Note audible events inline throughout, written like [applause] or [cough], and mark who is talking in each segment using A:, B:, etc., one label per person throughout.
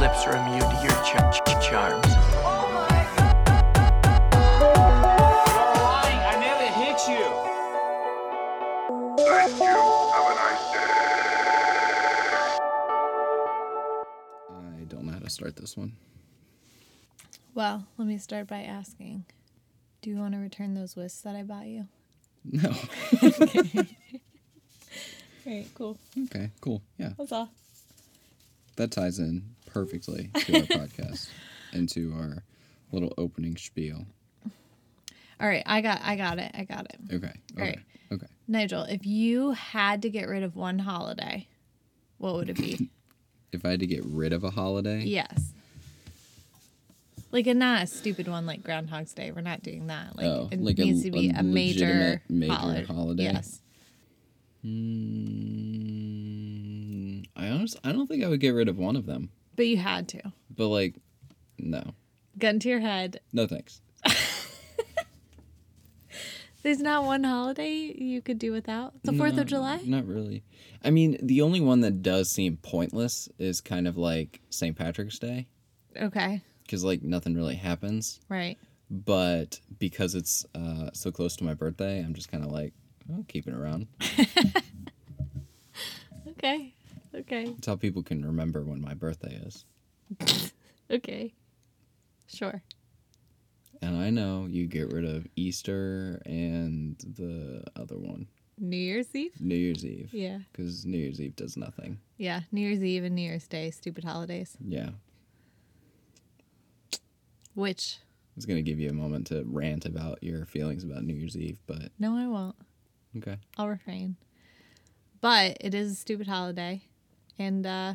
A: lips are immune to your ch- ch- charms.
B: lying. I never hit you.
C: Thank you. Have a nice day.
D: I don't know how to start this one. [laughs]
E: Well, let me start by asking Do you want to return those whisks that I bought you? [laughs]
D: No.
E: Right, cool.
D: okay, cool. Yeah.
E: That's all.
D: That ties in perfectly to our
E: [laughs]
D: podcast and to our little opening spiel.
E: All right, I got I got it. I got it.
D: Okay. Okay.
E: Right.
D: Okay.
E: Nigel, if you had to get rid of one holiday, what would it
D: [coughs]
E: be?
D: If I had to get rid of a holiday,
E: yes. Like a not a stupid one like Groundhog's Day. We're not doing that. Like
D: Oh,
E: it
D: like a-
E: needs to be
D: a
E: a, major
D: legitimate major
E: holi-
D: holiday?
E: Yes.
D: mm, I honestly, I don't think I would get rid of one of them.
E: But you had to.
D: But like, no,
E: Gun to your head.
D: no thanks.
E: There's not one holiday you could do without. The 4th of July?
D: Not really. I mean, the only one that does seem pointless is kind of like St. Patrick's Day
E: Okay.
D: because like nothing really happens.
E: Right.
D: but because it's uh, so close to my birthday, I'm just kind of like, oh, keep it around.
E: Okay. Okay.
D: It's how people can remember when my birthday is.
E: Okay. Sure.
D: And I know you get rid of Easter and the other one,
E: New Year's Eve?
D: New Year's Eve.
E: Yeah.
D: Because New Year's Eve does nothing.
E: Yeah. New Year's Eve and New Year's Day, stupid holidays.
D: Yeah. I
E: Which,
D: was going to give you a moment to rant about your feelings about New Year's Eve, but
E: no, I won't.
D: okay.
E: I'll refrain. But it is a stupid holiday. And uh,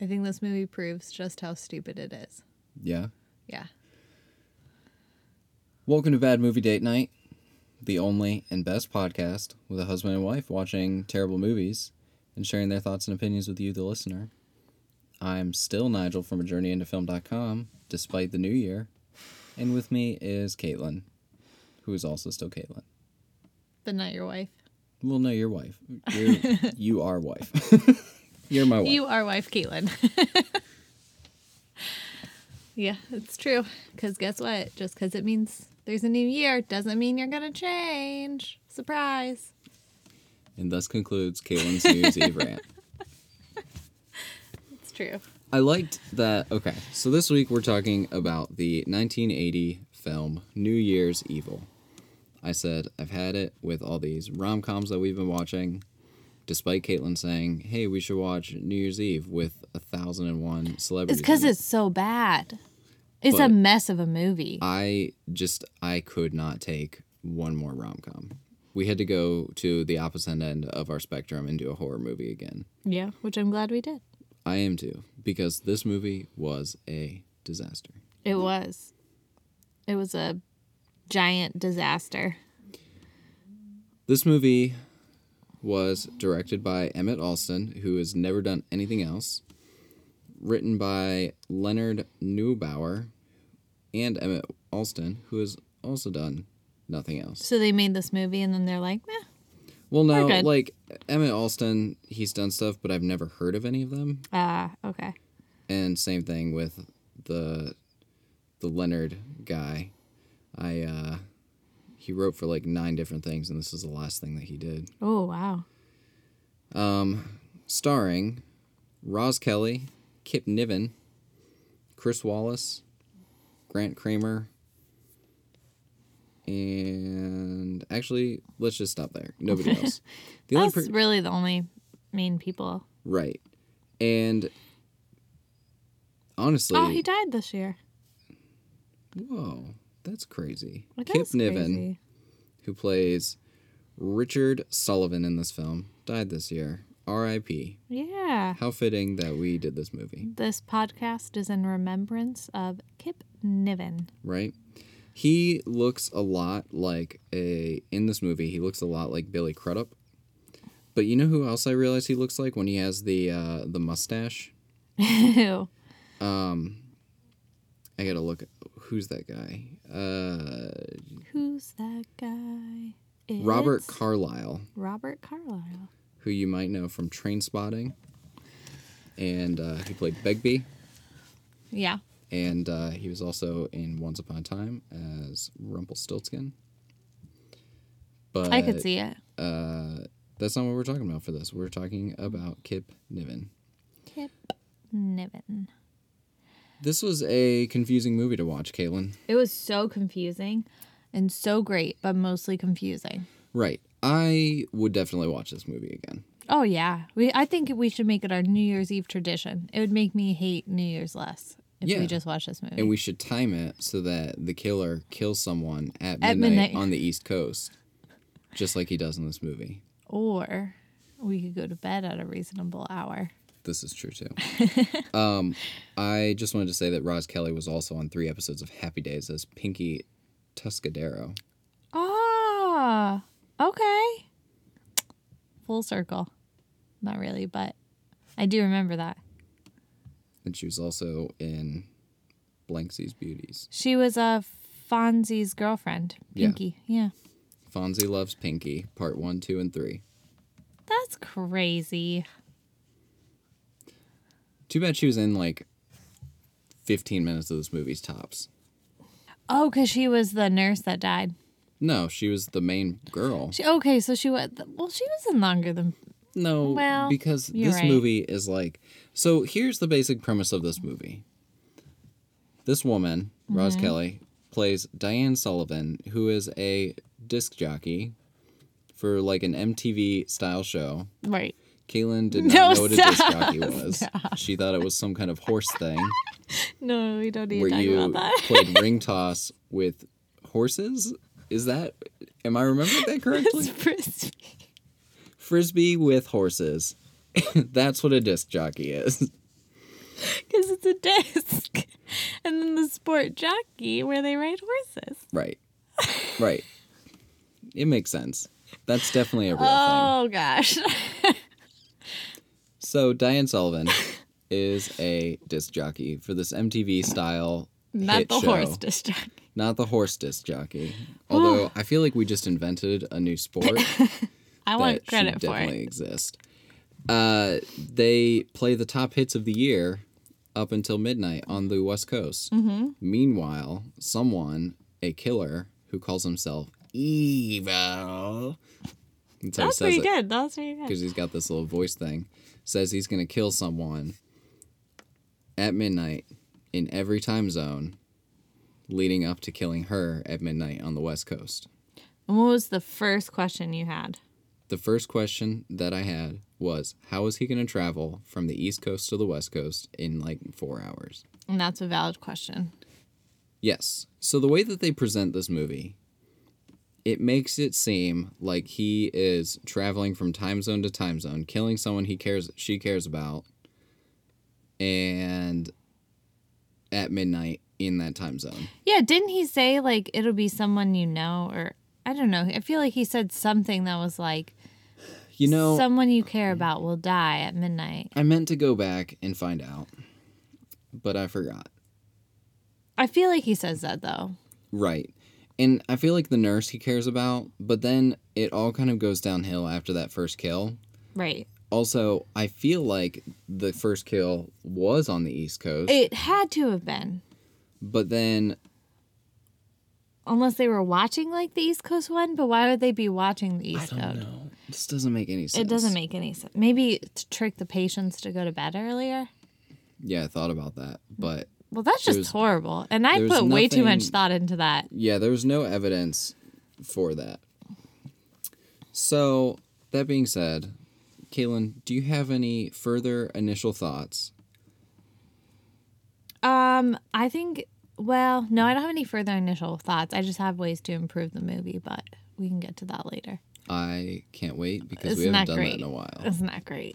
E: I think this movie proves just how stupid it is.
D: Yeah.
E: Yeah.
D: Welcome to Bad Movie Date Night, the only and best podcast with a husband and wife watching terrible movies and sharing their thoughts and opinions with you, the listener. I'm still Nigel from a journey into film.com, despite the new year. And with me is Caitlin, who is also still Caitlin.
E: But not your wife.
D: Well, no, your wife. You're, you are wife. [laughs] You're my wife.
E: You are wife, Caitlin. [laughs] yeah, it's true. Because guess what? Just because it means there's a new year doesn't mean you're going to change. Surprise.
D: and thus concludes Caitlin's New Year's Eve rant.
E: It's true.
D: I liked that. Okay, so this week we're talking about the 1980 film New Year's Evil. I said I've had it with all these rom coms that we've been watching, despite Caitlin saying, "Hey, we should watch New Year's Eve with a thousand and one celebrities."
E: It's because
D: in it."
E: it's so bad. It's a
D: But-
E: mess of a movie.
D: I just I could not take one more rom com. We had to go to the opposite end of our spectrum and do a horror movie again.
E: yeah, which I'm glad we did.
D: I am too because this movie was a disaster.
E: It was. It was a giant disaster.
D: This movie was directed by Emmett Alston, who has never done anything else. Written by Leonard Neubauer and Emmett Alston, who has also done nothing else.
E: So they made this movie and then they're like, meh.
D: Well, no,
E: We're good.
D: like Emmett Alston, he's done stuff, but I've never heard of any of them.
E: Ah, okay.
D: And same thing with the the Leonard guy. I uh, he wrote for like nine different things, and this is the last thing that he did.
E: Oh, wow.
D: starring Roz Kelly, Kip Niven, Chris Wallace, Grant Kramer, and actually, let's just stop there.
E: [laughs]
D: Nobody else. The only
E: That's
D: per-
E: really the only main people.
D: right, and honestly,
E: Oh, he died this year.
D: whoa, that's crazy.
E: Like,
D: Kip
E: that's
D: Niven,
E: crazy.
D: who plays Richard Sullivan in this film, died this year. R.I.P.
E: Yeah.
D: How fitting that we did this movie.
E: This podcast is in remembrance of Kip Niven. [laughs]
D: right? He looks a lot like a in this movie. He looks a lot like Billy Crudup. But you know who else I realize he looks like when he has the uh, the mustache.
E: Ew.
D: I gotta look. Who's that guy? Uh,
E: Who's that guy?
D: Robert
E: It's
D: Carlyle,
E: Robert Carlyle.
D: who you might know from Train Spotting, and uh, he played Begbie.
E: Yeah.
D: and uh, he was also in Once Upon a Time as Rumpelstiltskin. But
E: I could see it.
D: that's not what we're talking about for this. We're talking about Kip Niven.
E: Kip Niven.
D: This was a confusing movie to watch, Caitlin.
E: It was so confusing and so great, but mostly confusing.
D: Right. I would definitely watch this movie again.
E: Oh yeah. We I think we should make it our New Year's Eve tradition. It would make me hate New Year's less if
D: Yeah.
E: we just watch this movie.
D: And we should time it so that the killer kills someone at midnight,
E: At midnight.
D: on the East Coast, just like he does in this movie.
E: or we could go to bed at a reasonable hour.
D: This is true
E: [laughs]
D: too. um, I just wanted to say that Roz Kelly was also on three episodes of Happy Days as Pinky Tuscadero.
E: Ah. Okay. Full circle. Not really, but I do remember that.
D: And she was also in Blanksy's Beauties.
E: She was a Fonzie's girlfriend,
D: Yeah.
E: Pinky. Yeah.
D: Fonzie Loves Pinky, part one, two, and three.
E: That's crazy.
D: Too bad she was in like 15 minutes of this movie's tops.
E: Oh, because she was the nurse that died.
D: No, she was the main girl.
E: She, okay, so she was. Well, she was in longer than.
D: No,
E: Well,
D: because
E: you're
D: this
E: right.
D: movie is like. So here's the basic premise of this movie. This woman, Roz
E: Mm-hmm.
D: Kelly, plays Diane Sullivan, who is a disc jockey for like an MTV style show.
E: Right.
D: Caitlin did
E: No,
D: not know what a disc
E: stop.
D: jockey
E: [laughs]
D: was. She thought it was some kind of horse thing
E: No, we don't need
D: where
E: to talk
D: you
E: about that. [laughs]
D: played ring toss with horses. Is that? Am I remembering that
E: [laughs]
D: correctly?
E: It's frisbee.
D: Frisbee with horses. [laughs] That's what a disc jockey is. [laughs]
E: Because it's a disc. [laughs] And then the sport jockey where they ride horses.
D: Right. Right. It makes sense. That's definitely a real thing.
E: Oh, gosh. [laughs]
D: So Diane Sullivan is a disc jockey for this MTV style
E: Not
D: hit
E: the
D: show.
E: horse disc jockey.
D: Not the horse disc jockey. Although I feel like we just invented a new
E: [laughs]
D: sport
E: I
D: that
E: want credit
D: should
E: for
D: definitely
E: it.
D: exist. Uh, they play the top hits of the year up until midnight on the West Coast.
E: Mm-hmm.
D: Meanwhile, someone, a killer who calls himself Evil, that's how he
E: That's
D: says
E: pretty
D: it
E: good. That's pretty good.
D: because he's got this little voice thing, says he's going to kill someone at midnight in every time zone leading up to killing her at midnight on the West Coast.
E: And what was the first question you had?
D: The first question that I had was, how is he going to travel from the East Coast to the West Coast in like four hours?
E: And that's a valid question.
D: Yes. So the way that they present this movie, it makes it seem like he is traveling from time zone to time zone, killing someone he cares she cares about, and at midnight in that time zone.
E: Yeah, didn't he say like it'll be someone you know or I don't know. I feel like he said something that was like
D: You know,
E: someone you care about will die at midnight.
D: I meant to go back and find out, but I forgot.
E: I feel like he says that though.
D: Right. And I feel like the nurse he cares about, but then it all kind of goes downhill after that first kill.
E: Right.
D: Also, I feel like the first kill was on the East Coast,
E: It had to have been.
D: but then
E: Unless they were watching like the East Coast one, but why would they be watching the East Coast?
D: no, this doesn't make any sense.
E: It doesn't make any sense. Maybe to trick the patients to go to bed earlier.
D: Yeah, I thought about that, but
E: Well, that's just
D: was-
E: horrible. And I
D: there
E: put
D: was
E: way too much
D: nothing-
E: thought into that.
D: yeah, there was no evidence for that. So that being said, Caitlin, do you have any further initial thoughts?
E: Um, I think. Well, no, I don't have any further initial thoughts. I just have ways to improve the movie, but we can get to that later.
D: I can't wait because
E: It's
D: we haven't
E: not
D: done that
E: great.
D: in a while.
E: [laughs] It's not great.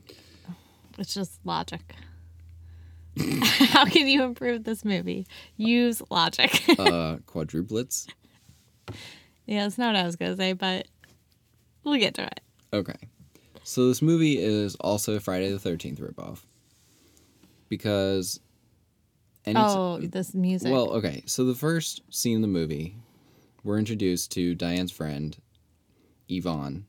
E: It's just logic. [laughs] How can you improve this movie? Use logic. [laughs]
D: uh, quadruplets.
E: yeah, that's not what I was gonna say, but we'll get to it.
D: Okay. So this movie is also a Friday the Thirteenth ripoff. Because any
E: Oh, this music.
D: well, okay. So the first scene in the movie, we're introduced to Diane's friend, Yvonne.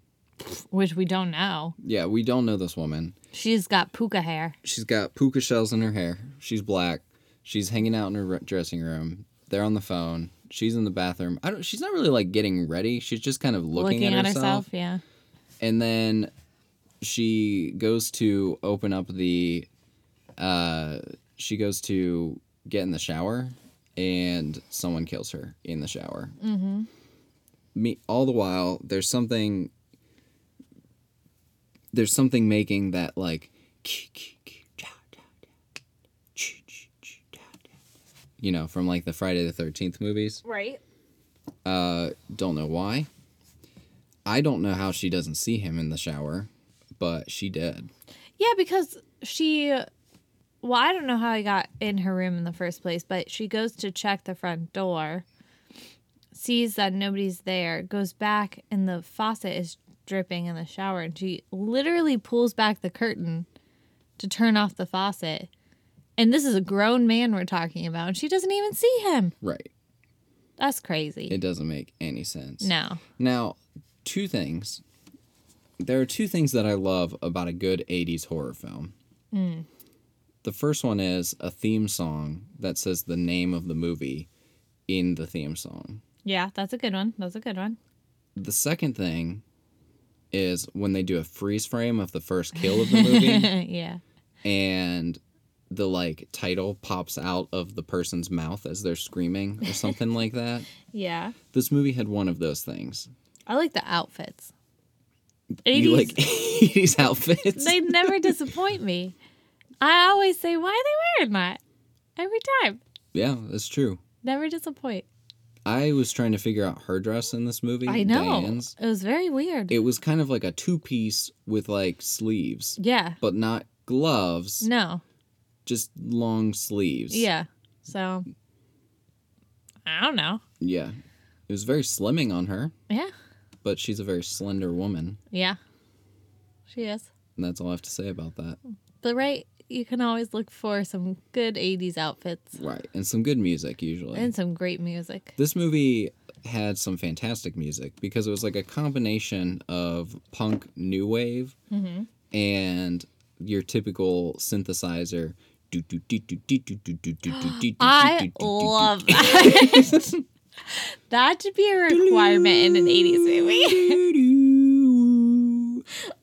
E: which we don't know.
D: Yeah, we don't know this woman.
E: She's got puka hair.
D: She's got puka shells in her hair. She's black. She's hanging out in her re- dressing room. They're on the phone. She's in the bathroom. I don't. She's not really like getting ready. She's just kind of looking,
E: Looking
D: at herself.
E: yeah.
D: and then she goes to open up the uh she goes to get in the shower and someone kills her in the shower mm-hmm. me all the while there's something there's something making that like you know from like the friday the 13th movies
E: Right.
D: uh, don't know why. I don't know how she doesn't see him in the shower, but she did.
E: Yeah, because she, well, I don't know how he got in her room in the first place, but she goes to check the front door, sees that nobody's there, goes back, and the faucet is dripping in the shower. And she literally pulls back the curtain to turn off the faucet. And this is a grown man we're talking about, and she doesn't even see him.
D: Right.
E: That's crazy.
D: It doesn't make any sense.
E: no.
D: Now, two things. There are two things that I love about a good 80s horror film. The first one is a theme song that says the name of the movie in the theme song.
E: Yeah, that's a good one. That's a good one. [laughs]
D: The second thing is when they do a freeze frame of the first kill of the
E: [laughs]
D: movie.
E: yeah.
D: and the like title pops out of the person's mouth as they're screaming
E: [laughs]
D: or something like that.
E: Yeah.
D: This movie had one of those things.
E: I like the outfits. 80s.
D: You like [laughs] 80s
E: [laughs]
D: outfits.
E: they never disappoint me. I always say, why are they wearing that? Every time.
D: yeah, that's true.
E: Never disappoint.
D: I was trying to figure out her dress in this movie.
E: I know.
D: Diane's.
E: It was very weird.
D: It was kind of like a two piece with like sleeves,
E: yeah.
D: but not gloves,
E: No.
D: just long sleeves.
E: Yeah. So I don't know.
D: Yeah. It was very slimming on her,
E: Yeah.
D: but she's a very slender woman.
E: Yeah. She is.
D: And that's all I have to say about that.
E: But right, you can always look for some good 80s outfits
D: Right. And some good music usually.
E: and some great music.
D: This movie had some fantastic music because it was like a combination of punk new wave
E: Mm-hmm.
D: and your typical synthesizer.
E: I love that. [laughs] that should be a requirement in an 80s movie.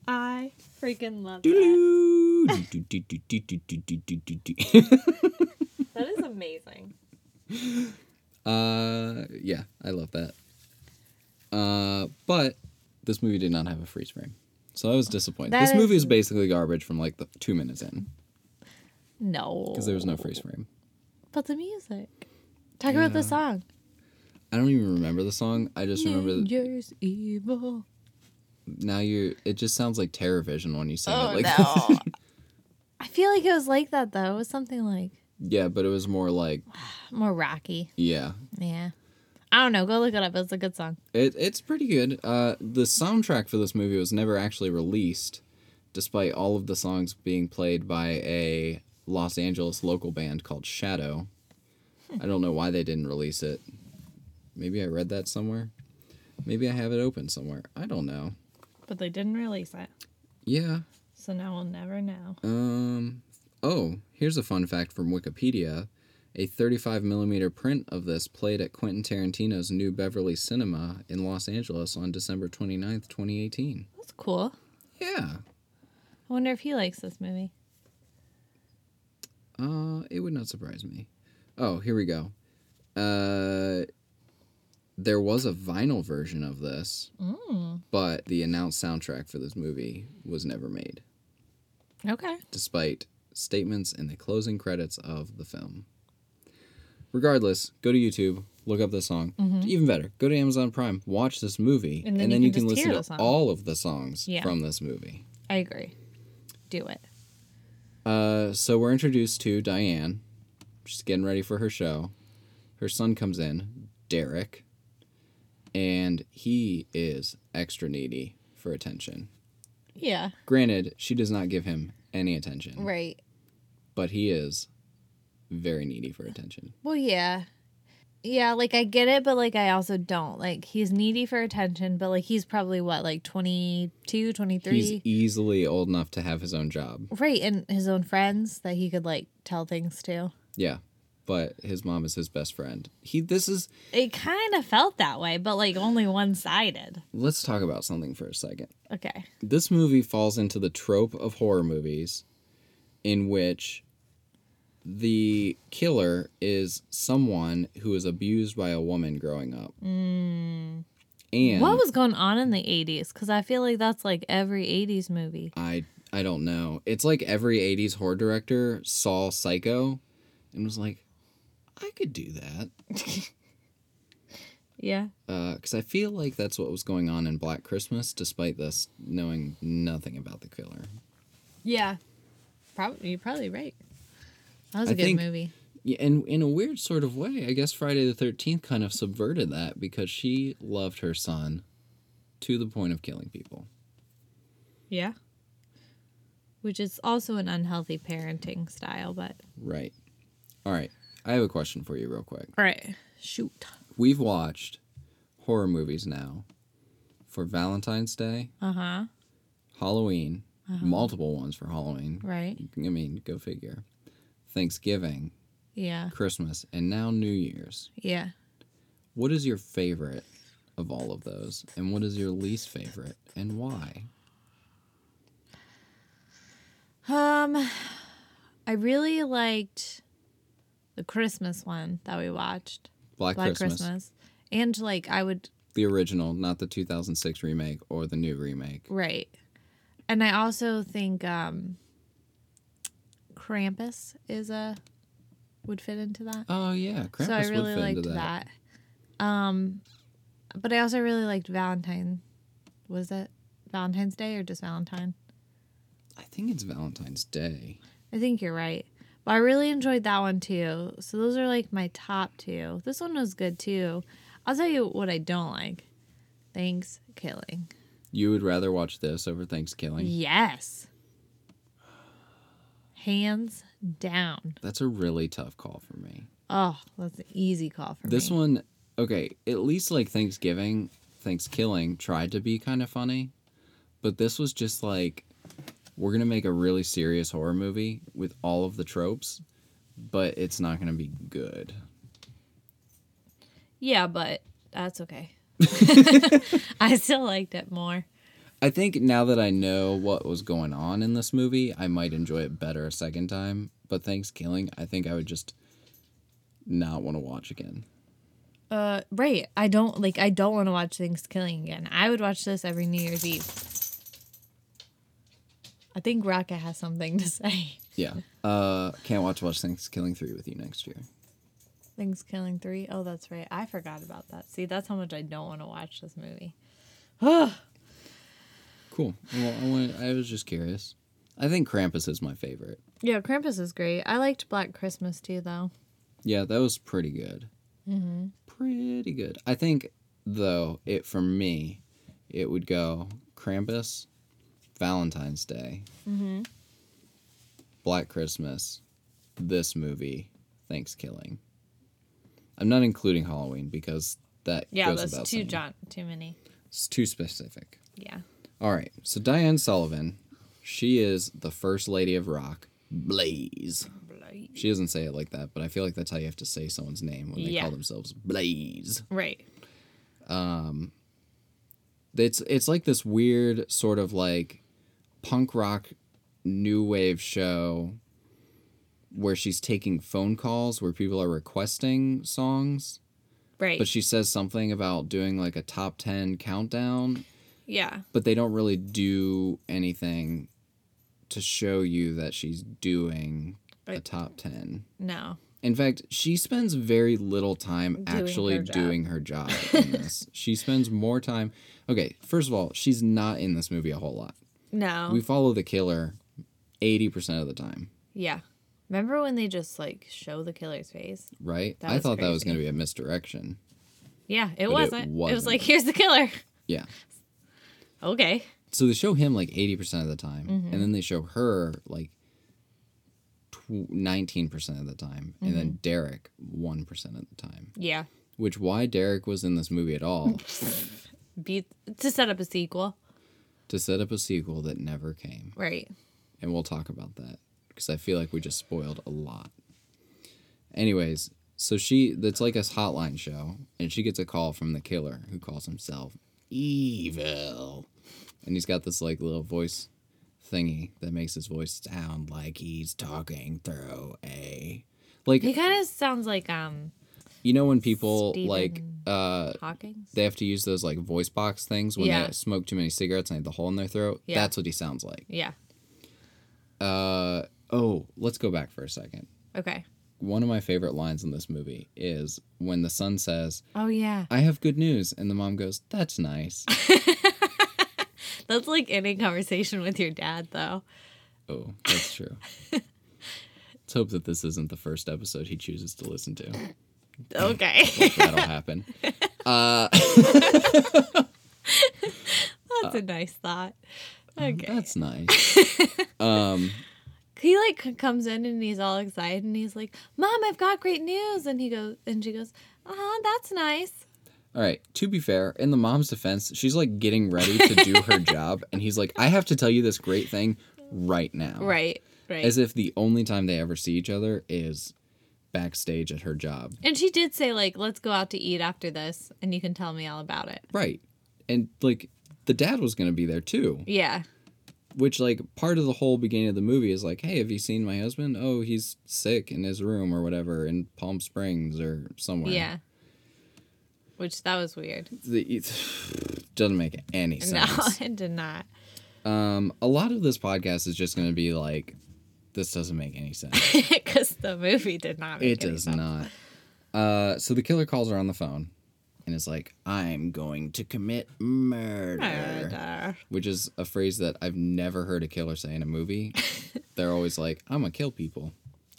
E: I freaking love that. That is amazing.
D: Uh, yeah, I love that. Uh, but this movie did not have a freeze frame, so I was disappointed.
E: That
D: this movie
E: is-
D: is basically garbage from like the two minutes in
E: No.
D: because there was no freeze frame.
E: But the music. Talk about the song.
D: I don't even remember the song. I
E: Mm,
D: just remember that
E: Nature's evil.
D: now you're. It just sounds like Terrorvision when you sing
E: Oh,
D: it. Like,
E: no. I feel like it was like that though. It was something like
D: [laughs] yeah, but it was more like
E: more rocky.
D: yeah.
E: Yeah. I don't know. Go look it up. It's a good song.
D: It it's pretty good. Uh, the soundtrack for this movie was never actually released, despite all of the songs being played by a Los Angeles local band called Shadow. I don't know why they didn't release it. Maybe I read that somewhere. Maybe I have it open somewhere. I don't know.
E: But they didn't release it.
D: Yeah.
E: So now we'll never know.
D: Um. Oh, here's a fun fact from Wikipedia. A 35 millimeter print of this played at Quentin Tarantino's New Beverly Cinema in Los Angeles on December 29th, 2018.
E: That's cool.
D: Yeah.
E: I wonder if he likes this movie.
D: Uh, it would not surprise me. Oh, here we go. Uh, there was a vinyl version of this, but the announced soundtrack for this movie was never made,
E: Okay.
D: despite statements in the closing credits of the film. Regardless, go to YouTube, look up the song. Even better, go to Amazon Prime, watch this movie,
E: Mm-hmm. And
D: and
E: then
D: then,
E: you
D: you
E: can
D: can,
E: just
D: listen
E: hear the
D: to
E: song.
D: all of the songs
E: Yeah.
D: from this movie.
E: I agree. Do it.
D: Uh, so we're introduced to Diane. She's getting ready for her show. Her son comes in, Derek, and he is extra needy for attention.
E: Yeah.
D: Granted, she does not give him any attention,
E: Right.
D: but he is very needy for attention.
E: Well, yeah. Yeah, like I get it, but like I also don't. Like he's needy for attention, but like he's probably what, like 22, 23?
D: He's e easily old enough to have his own job.
E: right, and his own friends that he could like tell things to.
D: Yeah. but his mom is his best friend. He this is
E: It kind of felt that way, but like only one sided.
D: let's talk about something for a second.
E: Okay.
D: This movie falls into the trope of horror movies in which the killer is someone who was abused by a woman growing up. And
E: Hmm. What was going on in the 80s? Because I feel like that's like every 80s movie.
D: I I don't know. It's like every 80s horror director saw Psycho and was like, I could do that.
E: Yeah.
D: because Uh, I feel like that's what was going on in Black Christmas, despite this knowing nothing about the killer.
E: Yeah. Probably, you're probably right. That was a
D: I
E: good
D: think-
E: movie.
D: Yeah, and in a weird sort of way, I guess Friday the Thirteenth kind of subverted that because she loved her son to the point of killing people.
E: Yeah. Which is also an unhealthy parenting style, but.
D: Right. All right. I have a question for you, real quick.
E: All right. Shoot.
D: We've watched horror movies now for Valentine's Day,
E: Uh huh.
D: Halloween, multiple ones for Halloween.
E: Right.
D: I mean, go figure. Thanksgiving,
E: Yeah.
D: Christmas, and now New Year's.
E: Yeah.
D: What is your favorite of all of those? And what is your least favorite and why?
E: Um, I really liked the Christmas one that we watched,
D: Black,
E: Black
D: Christmas.
E: Christmas. and like I would
D: The original, not the 2006 remake or the new remake.
E: right, and I also think um, Krampus is a would fit into that.
D: Oh, yeah. Krampus
E: so I
D: would
E: really
D: fit
E: liked
D: into that.
E: that. Um, but I also really liked Valentine. Was it Valentine's Day or just Valentine?
D: I think it's Valentine's Day.
E: I think you're right. But I really enjoyed that one too. So those are like my top two. This one was good too. I'll tell you what I don't like. Thanks killing.
D: You would rather watch this over Thanksgiving?
E: Yes. Hands down.
D: That's a really tough call for me.
E: Oh, that's an easy call for
D: This
E: me.
D: one, okay, at least like Thanksgiving, Thanksgiving tried to be kind of funny, but this was just like, we're gonna make a really serious horror movie with all of the tropes, but it's not gonna be good.
E: Yeah, but that's
D: [laughs]
E: okay. [laughs] I still liked it more.
D: I think now that I know what was going on in this movie, I might enjoy it better a second time. But Thanksgiving, I think I would just not want to watch again.
E: Uh, right. I don't like. I don't want to watch Things Killing again. I would watch this every New Year's Eve. I think Rocket has something to [laughs] say.
D: Yeah. Uh, can't watch Watch Thanksgiving 3 with you next year.
E: Things Killing Three. Oh, that's right. I forgot about that. See, that's how much I don't want to watch this movie. Ugh.
D: Cool. Well, I, wanted, I was just curious. I think Krampus is my favorite.
E: yeah, Krampus is great. I liked Black Christmas too, though.
D: Yeah, that was pretty good. Mm-hmm. Pretty good. I think, though, it for me, it would go Krampus, Valentine's Day, mm-hmm. Black Christmas, this movie, Thanksgiving. I'm not including Halloween because that
E: Yeah,
D: goes
E: that's
D: without
E: too
D: saying.
E: John, too many.
D: It's too specific.
E: Yeah.
D: All right. So Diane Sullivan, she is the first lady of rock. Blaze. She doesn't say it like that, but I feel like that's how you have to say someone's name when they
E: Yeah.
D: call themselves Blaze.
E: Right.
D: It's it's like this weird sort of like punk rock new wave show where she's taking phone calls where people are requesting songs,
E: Right.
D: but she says something about doing like a top 10 countdown
E: yeah.
D: but they don't really do anything to show you that she's doing a
E: Right.
D: top 10.
E: No.
D: In fact, she spends very little time actually
E: her job.
D: doing her job
E: [laughs]
D: in this. she spends more time. Okay, first of all, she's not in this movie a whole lot.
E: No.
D: We follow the killer 80% of the time,
E: yeah. Remember when they just like show the killer's face?
D: right?
E: That
D: I
E: was
D: thought that was
E: crazy.
D: going to be a misdirection.
E: Yeah, it
D: it
E: wasn't. it was
D: wasn't.
E: like here's the killer.
D: Yeah.
E: Okay.
D: So they show him like 80% of the time, and then they show her like tw- 19% of the time, and then Derek 1% of the time.
E: Yeah.
D: Which why Derek was in this movie at all
E: Be to set up a sequel.
D: to set up a sequel that never came.
E: Right.
D: And we'll talk about that because I feel like we just spoiled a lot. Anyways, so she that's like a hotline show, and she gets a call from the killer who calls himself evil, and he's got this like little voice thingy that makes his voice sound like he's talking through a like
E: He kind of sounds like um
D: you know when people like
E: Stephen-
D: uh
E: Hawking.
D: they have to use those like voice box things when
E: Yeah.
D: they smoke too many cigarettes and they have the hole in their throat.
E: Yeah.
D: That's what he sounds like.
E: Yeah.
D: Uh oh, let's go back for a second.
E: Okay.
D: One of my favorite lines in this movie is when the son says,
E: Oh yeah.
D: "I have good news," and the mom goes, "That's nice."
E: That's like any conversation with your dad though.
D: oh, that's true. let's hope that this isn't the first episode he chooses to listen to. [laughs]
E: Okay.
D: That'll happen.
E: That's a nice thought. Okay.
D: That's nice. Um,
E: he like c- comes in and he's all excited and he's like, "Mom, I've got great news." And he goes and she goes, "Uh-huh, that's nice."
D: All right, to be fair, in the mom's defense, she's like getting ready to do her job, and he's like, I have to tell you this great thing right now.
E: Right. Right.
D: As if the only time they ever see each other is backstage at her job.
E: and she did say like, "Let's go out to eat after this and you can tell me all about it."
D: Right. And like, the dad was going to be there too,
E: Yeah.
D: which, like, part of the whole beginning of the movie is like, hey, have you seen my husband? Oh, he's sick in his room or whatever in Palm Springs or somewhere.
E: Yeah. Which that was weird.
D: The, it doesn't make any
E: [laughs] No,
D: sense.
E: it did not.
D: Um, a lot of this podcast is just going to be like, this doesn't make any
E: [laughs]
D: sense.
E: Because the movie did not. Make
D: it
E: any
D: does
E: sense.
D: not. Uh, so the killer calls her on the phone and is like, I'm going to commit murder,
E: Murder.
D: which is a phrase that I've never heard a killer say in a
E: [laughs]
D: movie. They're always like, I'm going to kill people.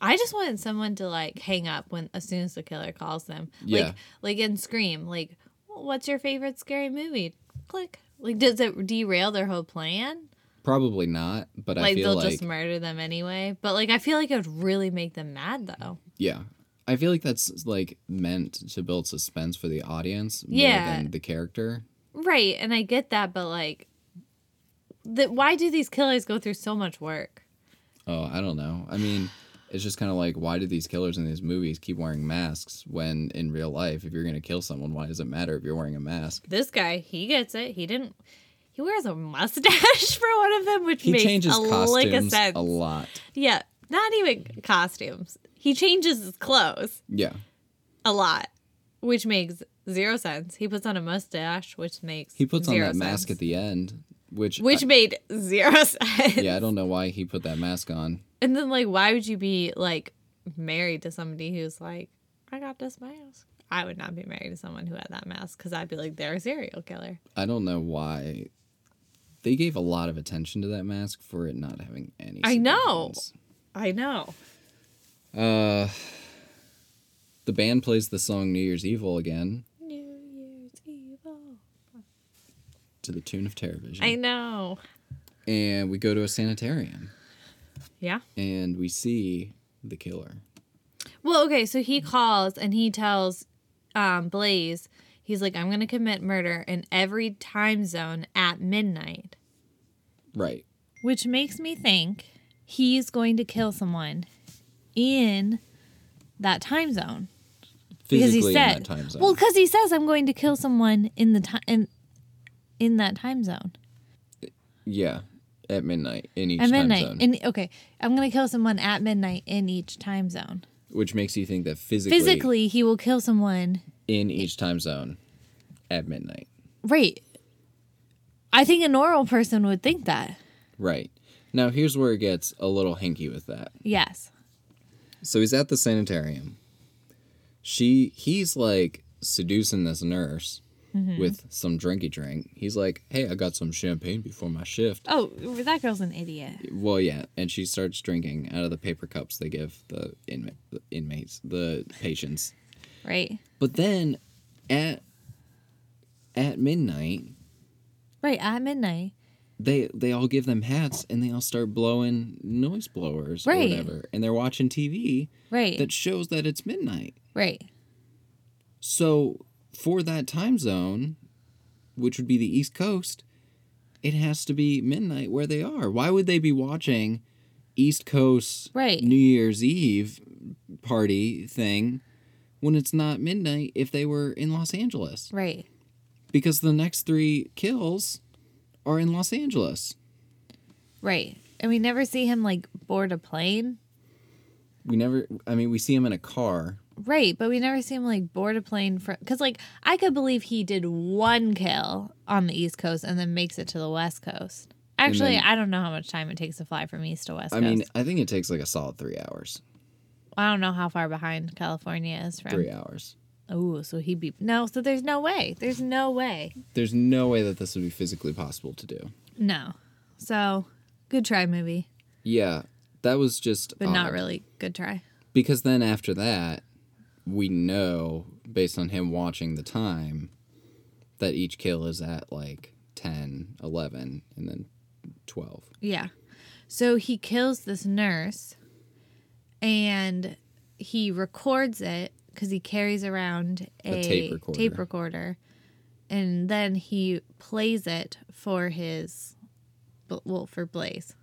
E: I just wanted someone to like hang up when as soon as the killer calls them.
D: Yeah.
E: Like like and scream like, "What's your favorite scary movie?" Click. Like does it derail their whole plan?
D: Probably not, but I
E: like
D: feel
E: they'll
D: like,
E: just murder them anyway. But like I feel like it would really make them mad though.
D: yeah. I feel like that's like meant to build suspense for the audience
E: Yeah.
D: more than the character.
E: Right, and I get that, but like that why do these killers go through so much work?
D: Oh, I don't know. I mean, it's just kind of like, why do these killers in these movies keep wearing masks when in real life, if you're going to kill someone, why does it matter if you're wearing a mask?
E: This guy, he gets it. He didn't he wears a mustache [laughs] for one of them, which
D: He
E: makes
D: changes
E: a lick of
D: costumes
E: sense.
D: a lot.
E: Yeah, not even costumes. He changes his clothes
D: Yeah.
E: a lot, which makes zero sense. He puts on a mustache, which makes
D: He puts on
E: zero
D: that mask
E: sense.
D: at the end, which.
E: which
D: I-
E: made zero [laughs] sense.
D: yeah, I don't know why he put that mask on.
E: And then like, why would you be like married to somebody who's like, I got this mask? I would not be married to someone who had that mask because I'd be like, they're a serial killer.
D: I don't know why. They gave a lot of attention to that mask for it not having any.
E: I know.
D: significance.
E: I know.
D: Uh, the band plays the song New Year's Evil again
E: New Year's evil.
D: to the tune of Terrorvision.
E: I know.
D: and we go to a sanitarium.
E: Yeah.
D: and we see the killer.
E: Well, okay, so he calls and he tells um, Blaze, he's like, I'm going to commit murder in every time zone at midnight,
D: Right.
E: which makes me think he's going to kill someone in that time zone. Because he
D: Physically
E: said,
D: in that time zone.
E: well, because he says, I'm going to kill someone in the time. In, in that time zone
D: yeah. At midnight in each
E: at
D: time
E: midnight
D: zone.
E: in okay i'm gonna kill someone at midnight in each time zone
D: which makes you think that physically,
E: physically he will kill someone
D: in each time zone at midnight.
E: Right. I think a normal person would think that.
D: Right. Now here's where it gets a little hinky with that.
E: Yes.
D: So he's at the sanitarium. She he's like seducing this nurse with some drinky drink. He's like, Hey, I got some champagne before my shift.
E: Oh, that girl's an idiot.
D: Well, yeah, and she starts drinking out of the paper cups they give the, inma- the inmates, the patients.
E: Right.
D: But then, at at midnight,
E: Right at midnight.
D: they they all give them hats and they all start blowing noise blowers or
E: Right.
D: whatever, and they're watching TV
E: Right.
D: that shows that it's midnight.
E: right.
D: So for that time zone, which would be the East Coast, it has to be midnight where they are. Why would they be watching East Coast
E: Right.
D: New Year's Eve party thing when it's not midnight if they were in Los Angeles
E: Right.
D: because the next three kills are in Los Angeles.
E: Right. And we never see him like board a plane.
D: We never I mean we see him in a car.
E: Right, but we never see him like board a plane for because like I could believe he did one kill on the East Coast and then makes it to the West Coast. Actually,
D: then-
E: I don't know how much time it takes to fly from East to West
D: I
E: Coast.
D: mean, I think it takes like a solid 3 hours.
E: I don't know how far behind California is from.
D: 3 hours.
E: Oh, so he'd be no. So there's no way. There's no way.
D: There's no way that this would be physically possible to do.
E: No. So good try, movie,
D: Yeah. That was just
E: but not
D: odd.
E: really good try.
D: because then after that we know based on him watching the time that each kill is at like 10 11 and then 12
E: Yeah. So he kills this nurse and he records it because he carries around a,
D: A tape recorder.
E: tape recorder, And then he plays it for his, well, for Blaze.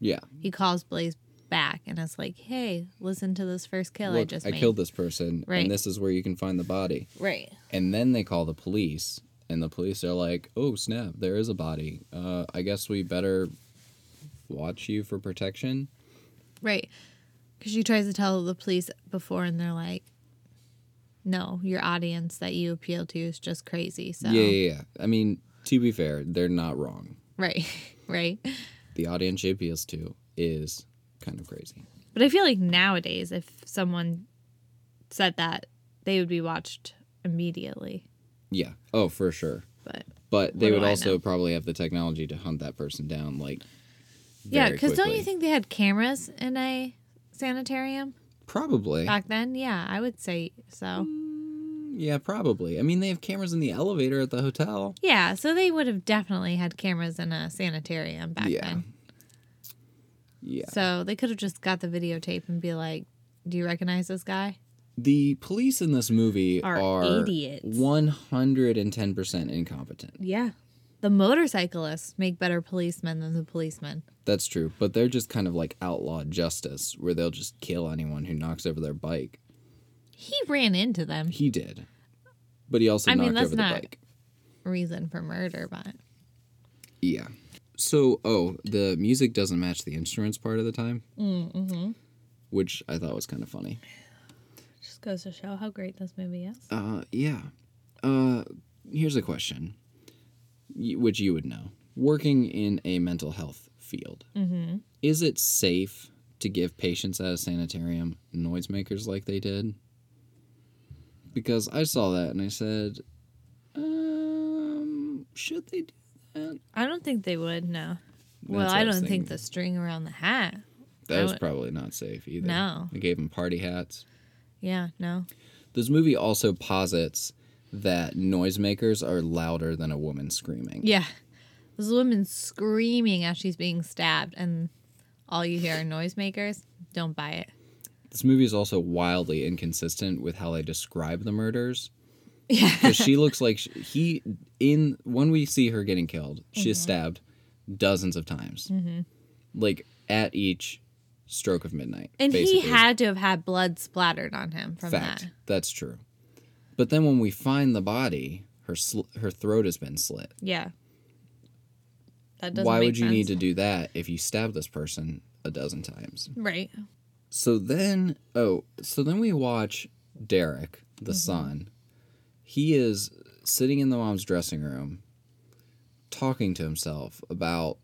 D: yeah
E: He calls Blaze back and it's like, hey, listen to this first kill I
D: Look,
E: just
D: I
E: made.
D: killed this person
E: Right.
D: and this is where you can find the body
E: Right.
D: and then they call the police and the police are like oh snap there is a body uh, i guess we better watch you for protection
E: Right. Because she tries to tell the police before, and they're like, no, your audience that you appeal to is just crazy. So,
D: yeah, yeah yeah i mean to be fair they're not wrong
E: right, [laughs] right.
D: the audience she appeals to is kind of crazy
E: But I feel like nowadays, if someone said that, they would be watched immediately.
D: yeah oh for sure
E: But
D: But they
E: What do
D: would
E: I
D: also
E: know?
D: probably have the technology to hunt that person down, like.
E: yeah,
D: very
E: because don't you
D: quickly.
E: think they had cameras in a sanitarium
D: Probably.
E: back then? Yeah, I would say so.
D: Yeah, probably. I mean, they have cameras in the elevator at the hotel.
E: Yeah, so they would have definitely had cameras in a sanitarium back
D: Yeah.
E: then.
D: Yeah.
E: So they could have just got the videotape and be like, "Do you recognize this guy?"
D: The police in this movie
E: Are
D: are
E: idiots.
D: one hundred and ten percent incompetent.
E: Yeah. The motorcyclists make better policemen than the policemen.
D: That's true, but they're just kind of like outlaw justice, where they'll just kill anyone who knocks over their bike.
E: He ran into them.
D: He did, but he also
E: I mean,
D: knocked
E: that's
D: over the
E: not-
D: bike.
E: Reason for murder, but
D: Yeah. So, oh, the music doesn't match the instruments part of the time, mm-hmm. which I thought was kind of funny.
E: just goes to show how great this movie is.
D: Uh, yeah. Uh, here's a question, y- which you would know. Working in a mental health field, is it safe to give patients at a sanitarium noisemakers like they did? Because I saw that and I said, um, should they do that?
E: I don't think they would, no. well,
D: That's what
E: I
D: I was
E: don't think
D: thinking.
E: the string around the hat.
D: That
E: I
D: was
E: would-
D: probably not safe either.
E: No.
D: They gave them party hats.
E: Yeah, no.
D: This movie also posits that noisemakers are louder than a woman screaming.
E: Yeah. This woman screaming as she's being stabbed, and all you hear are noisemakers. Don't buy it.
D: This movie is also wildly inconsistent with how they describe the murders.
E: Yeah.
D: Because she looks
E: [laughs]
D: like sh he, in when we see her getting killed, she
E: Mm-hmm.
D: is stabbed dozens of times. Like at each stroke of midnight.
E: And he
D: basically.
E: had to have had blood splattered on him from
D: Fact.
E: that.
D: That's true. But then when we find the body, her sl- her throat has been slit.
E: Yeah. That doesn't
D: Why
E: make
D: would you
E: sense.
D: need to do that if you stab this person a dozen times?
E: Right.
D: So then, oh, so then we watch Derek,
E: Mm-hmm.
D: the son. He is sitting in the mom's dressing room, talking to himself about.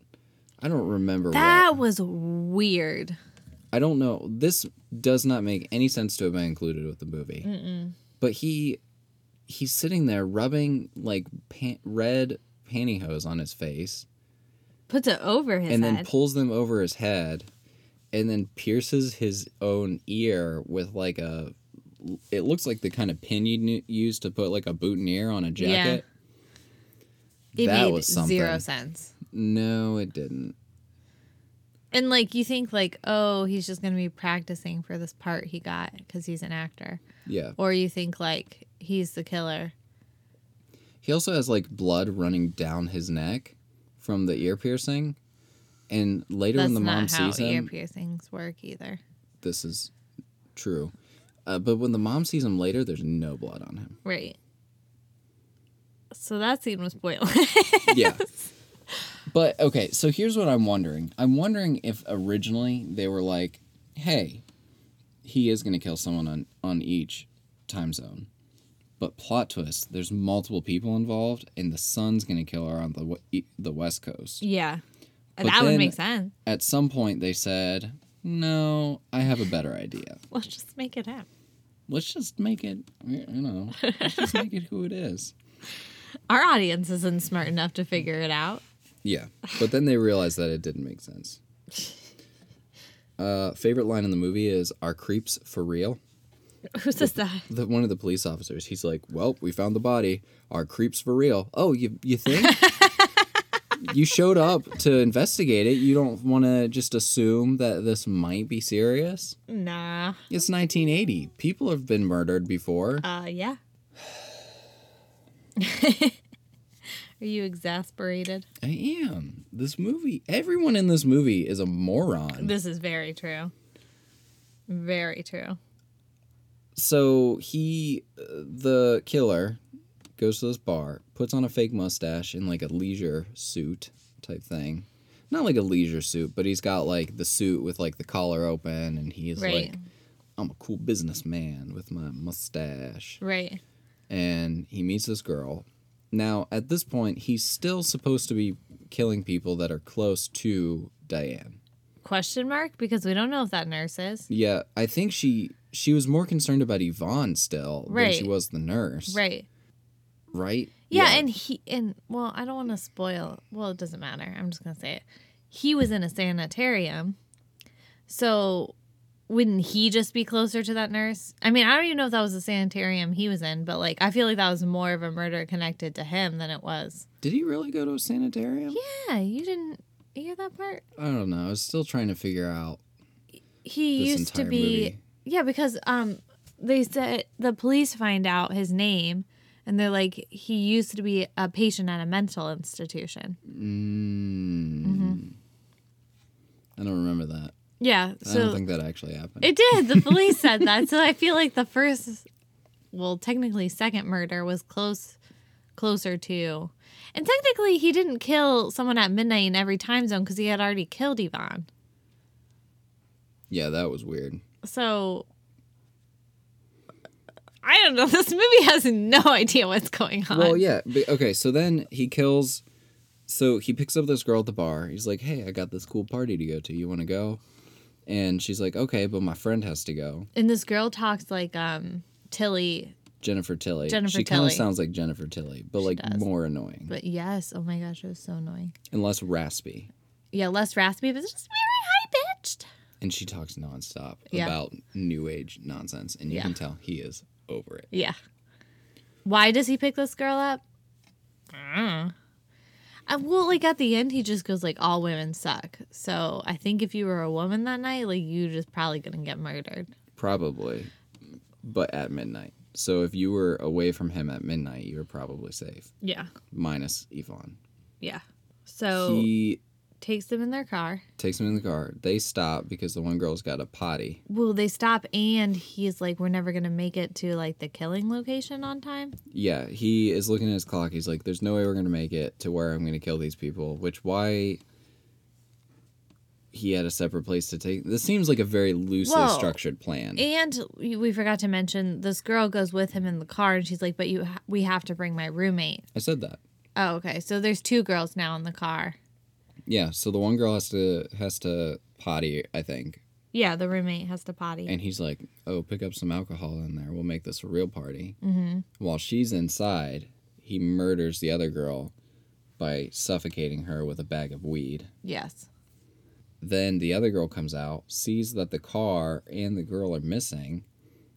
D: I don't remember
E: That
D: what.
E: was weird.
D: I don't know. This does not make any sense to have been included with the movie. But he, he's sitting there rubbing like pan- red pantyhose on his face,
E: Puts it over his
D: and
E: head.
D: then pulls them over his head and then pierces his own ear with like a it looks like the kind of pin you'd n- use to put like a boutonniere on a jacket
E: it
D: that
E: made
D: was something.
E: zero sense.
D: no it didn't
E: And like you think like, oh, he's just gonna be practicing for this part he got because he's an actor,
D: yeah
E: or you think like he's the killer.
D: he also has like blood running down his neck from the ear piercing And later
E: That's
D: in the mom
E: not how E
D: season,
E: ear piercings work either.
D: this is true. Uh, but when the mom sees him later, there's no blood on him.
E: Right. So that scene was pointless. [laughs]
D: Yeah. But okay, so here's what I'm wondering. I'm wondering if originally they were like, "Hey, he is going to kill someone on on each time zone." But plot twist, there's multiple people involved and the son's going to kill her on the w- e- the west coast.
E: yeah.
D: But
E: that would
D: then-
E: make sense.
D: At some point they said, "No, I have a better idea.
E: Let's just make it up.
D: Let's just make it, you know, let's just make it who it is."
E: Our audience isn't smart enough to figure it out.
D: Yeah, but then they realized that it didn't make sense. Uh, favorite line in the movie is "Are creeps for real?"
E: Who says that?
D: The, one of the police officers, he's like, "Well, we found the body. Are creeps for real?" Oh, you you think? you showed up to investigate it. You don't want to just assume that this might be serious.
E: Nah.
D: It's 1980. People have been murdered before.
E: Uh, yeah. [laughs] Are you exasperated?
D: I am. This movie. Everyone in this movie is a moron.
E: This is very true. Very true.
D: so he uh, the killer goes to this bar puts on a fake mustache in like a leisure suit type thing not like a leisure suit but he's got like the suit with like the collar open and he's
E: Right.
D: like i'm a cool businessman with my mustache
E: Right.
D: and he meets this girl now at this point he's still supposed to be killing people that are close to diane
E: Question mark? Because we don't know if that nurse is.
D: yeah i think she she was more concerned about yvonne still than she
E: Right.
D: was the nurse
E: Right.
D: right?
E: Yeah, and he and well, I don't want to spoil. Well, it doesn't matter. I'm just gonna say it. He was in a sanitarium, so wouldn't he just be closer to that nurse? I mean, I don't even know if that was a sanitarium he was in, but like, I feel like that was more of a murder connected to him than it was.
D: did he really go to a sanitarium?
E: Yeah, you didn't hear that part.
D: I don't know. I was still trying to figure out.
E: He
D: This
E: used to
D: entire
E: be.
D: movie.
E: Yeah, because um, they said the police find out his name, and they're like, he used to be a patient at a mental institution.
D: Mm,
E: Mm-hmm.
D: I don't remember that.
E: Yeah,
D: I
E: so
D: don't think that actually happened.
E: It did. The police said that. So I feel like the first, well, technically second murder was close, closer to, and technically he didn't kill someone at midnight in every time zone because he had already killed Yvonne.
D: yeah, that was weird.
E: So I don't know. [laughs] This movie has no idea what's going on.
D: Well, yeah. But, okay, so then he kills. So he picks up this girl at the bar. He's like, "Hey, I got this cool party to go to. You want to go?" And she's like, "Okay, but my friend has to go."
E: And this girl talks like um Tilly,
D: Jennifer Tilly.
E: Jennifer
D: she kind
E: Tilly.
D: of sounds like Jennifer Tilly, but like
E: does.
D: more annoying
E: but yes, oh my gosh, it was so annoying.
D: and less raspy.
E: Yeah, less raspy, but it's just very high pitched.
D: and she talks nonstop
E: Yeah.
D: about new age nonsense, and you
E: Yeah.
D: can tell he is over it.
E: Yeah. Why does he pick this girl up? Mm. Uh, well, like at the end, he just goes like, "All women suck." So I think if you were a woman that night, like you just probably gonna get murdered.
D: Probably, but at midnight. So if you were away from him at midnight, you were probably safe,
E: Yeah,
D: minus Yvonne.
E: yeah. So
D: He
E: takes them in their car.
D: takes him in the car. They stop because the one girl's got a potty.
E: Well, they stop, and he's like, "We're never gonna make it to like the killing location on time."
D: Yeah, he is looking at his clock. He's like, "There's no way we're gonna make it to where I'm gonna kill these people." Which why he had a separate place to take. This seems like a very loosely
E: Well,
D: structured plan.
E: And we we forgot to mention this girl goes with him in the car, and she's like, "But you, ha- we have to bring my roommate."
D: I said that.
E: Oh, okay. So there's two girls now in the car.
D: Yeah, so the one girl has to has to potty, I think.
E: Yeah, the roommate has to potty.
D: And he's like, "Oh, pick up some alcohol in there. We'll make this a real party." Mm-hmm. While she's inside, he murders the other girl by suffocating her with a bag of weed.
E: yes.
D: Then the other girl comes out, sees that the car and the girl are missing,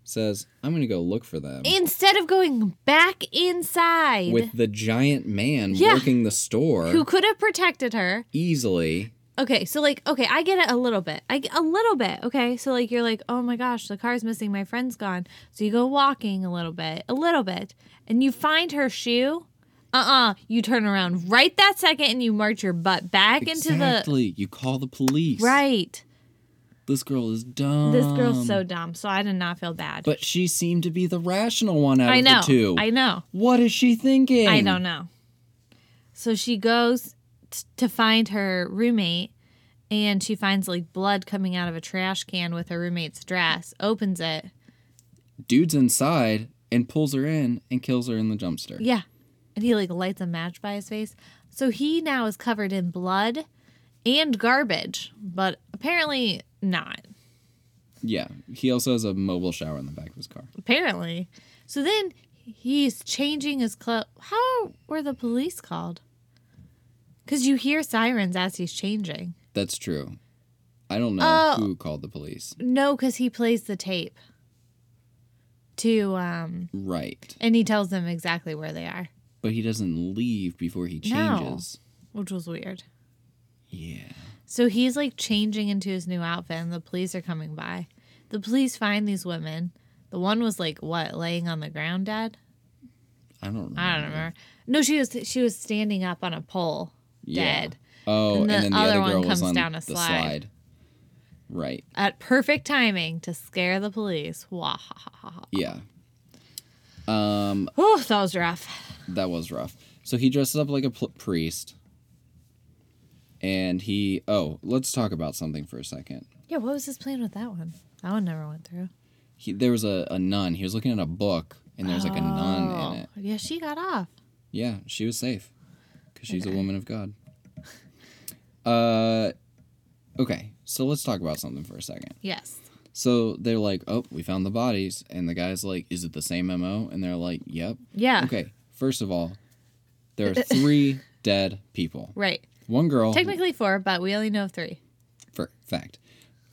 D: says, "I'm going to go look for them."
E: Instead of going back inside,
D: with the giant man
E: Yeah.
D: working the store
E: who could have protected her?
D: easily.
E: Okay, so like, okay, I get it a little bit. I a little bit. Okay, so like, you're like, oh my gosh, the car's missing. My friend's gone. So you go walking a little bit, a little bit, and you find her shoe. uh-uh you turn around right that second and you march your butt back into
D: exactly. You call the police.
E: the right
D: This girl is dumb.
E: this girl's so dumb so i did not feel bad
D: Um, But she seemed to be the rational one out
E: i
D: of
E: know
D: the two.
E: i know
D: What is she thinking?
E: i don't know so she goes t- to find her roommate and she finds like blood coming out of a trash can with her roommate's dress opens it
D: Dude's inside and pulls her in and kills her in the dumpster.
E: Yeah. And he like lights a match by his face. So he now is covered in blood and garbage, but apparently not.
D: Yeah. He also has a mobile shower in the back of his car.
E: Apparently. So then he's changing his clothes. How were the police called? Because you hear sirens as he's changing.
D: That's true. I don't know
E: Oh.
D: who called the police.
E: No, because he plays the tape to, um,
D: Right.
E: and he tells them exactly where they are,
D: But he doesn't leave before he
E: No.
D: changes.
E: which was weird.
D: Yeah.
E: So he's like changing into his new outfit, and the police are coming by. The police find these women. The one was like what, laying on the ground dead?
D: I don't remember.
E: I don't remember. No, she was she was standing up on a pole,
D: Yeah.
E: dead.
D: Oh, and,
E: And the
D: then the
E: other
D: other,
E: one
D: girl was
E: comes
D: on
E: down a
D: the
E: slide.
D: slide. Right.
E: At perfect timing to scare the police. Wah ha
D: [gasps]
E: ha ha. ha.
D: Yeah.
E: Oh, that was rough.
D: That was rough. So he dresses up like a pl- priest. And he. Oh, let's talk about something for a second.
E: Yeah, what was his plan with that one? That one never went through.
D: He, there was a, a nun. He was looking at a book, and there's like a nun in
E: Oh,
D: it.
E: yeah, she got off.
D: Yeah, she was safe. Because she's a woman of God. Uh, okay, so let's talk about something for a second.
E: Yes.
D: So they're like, oh, we found the bodies. And the guy's like, is it the same MO? And they're like, yep.
E: Yeah.
D: Okay, first of all, there are
E: [laughs]
D: three dead people.
E: Right.
D: One girl.
E: Technically four, but we only know of three.
D: for fact.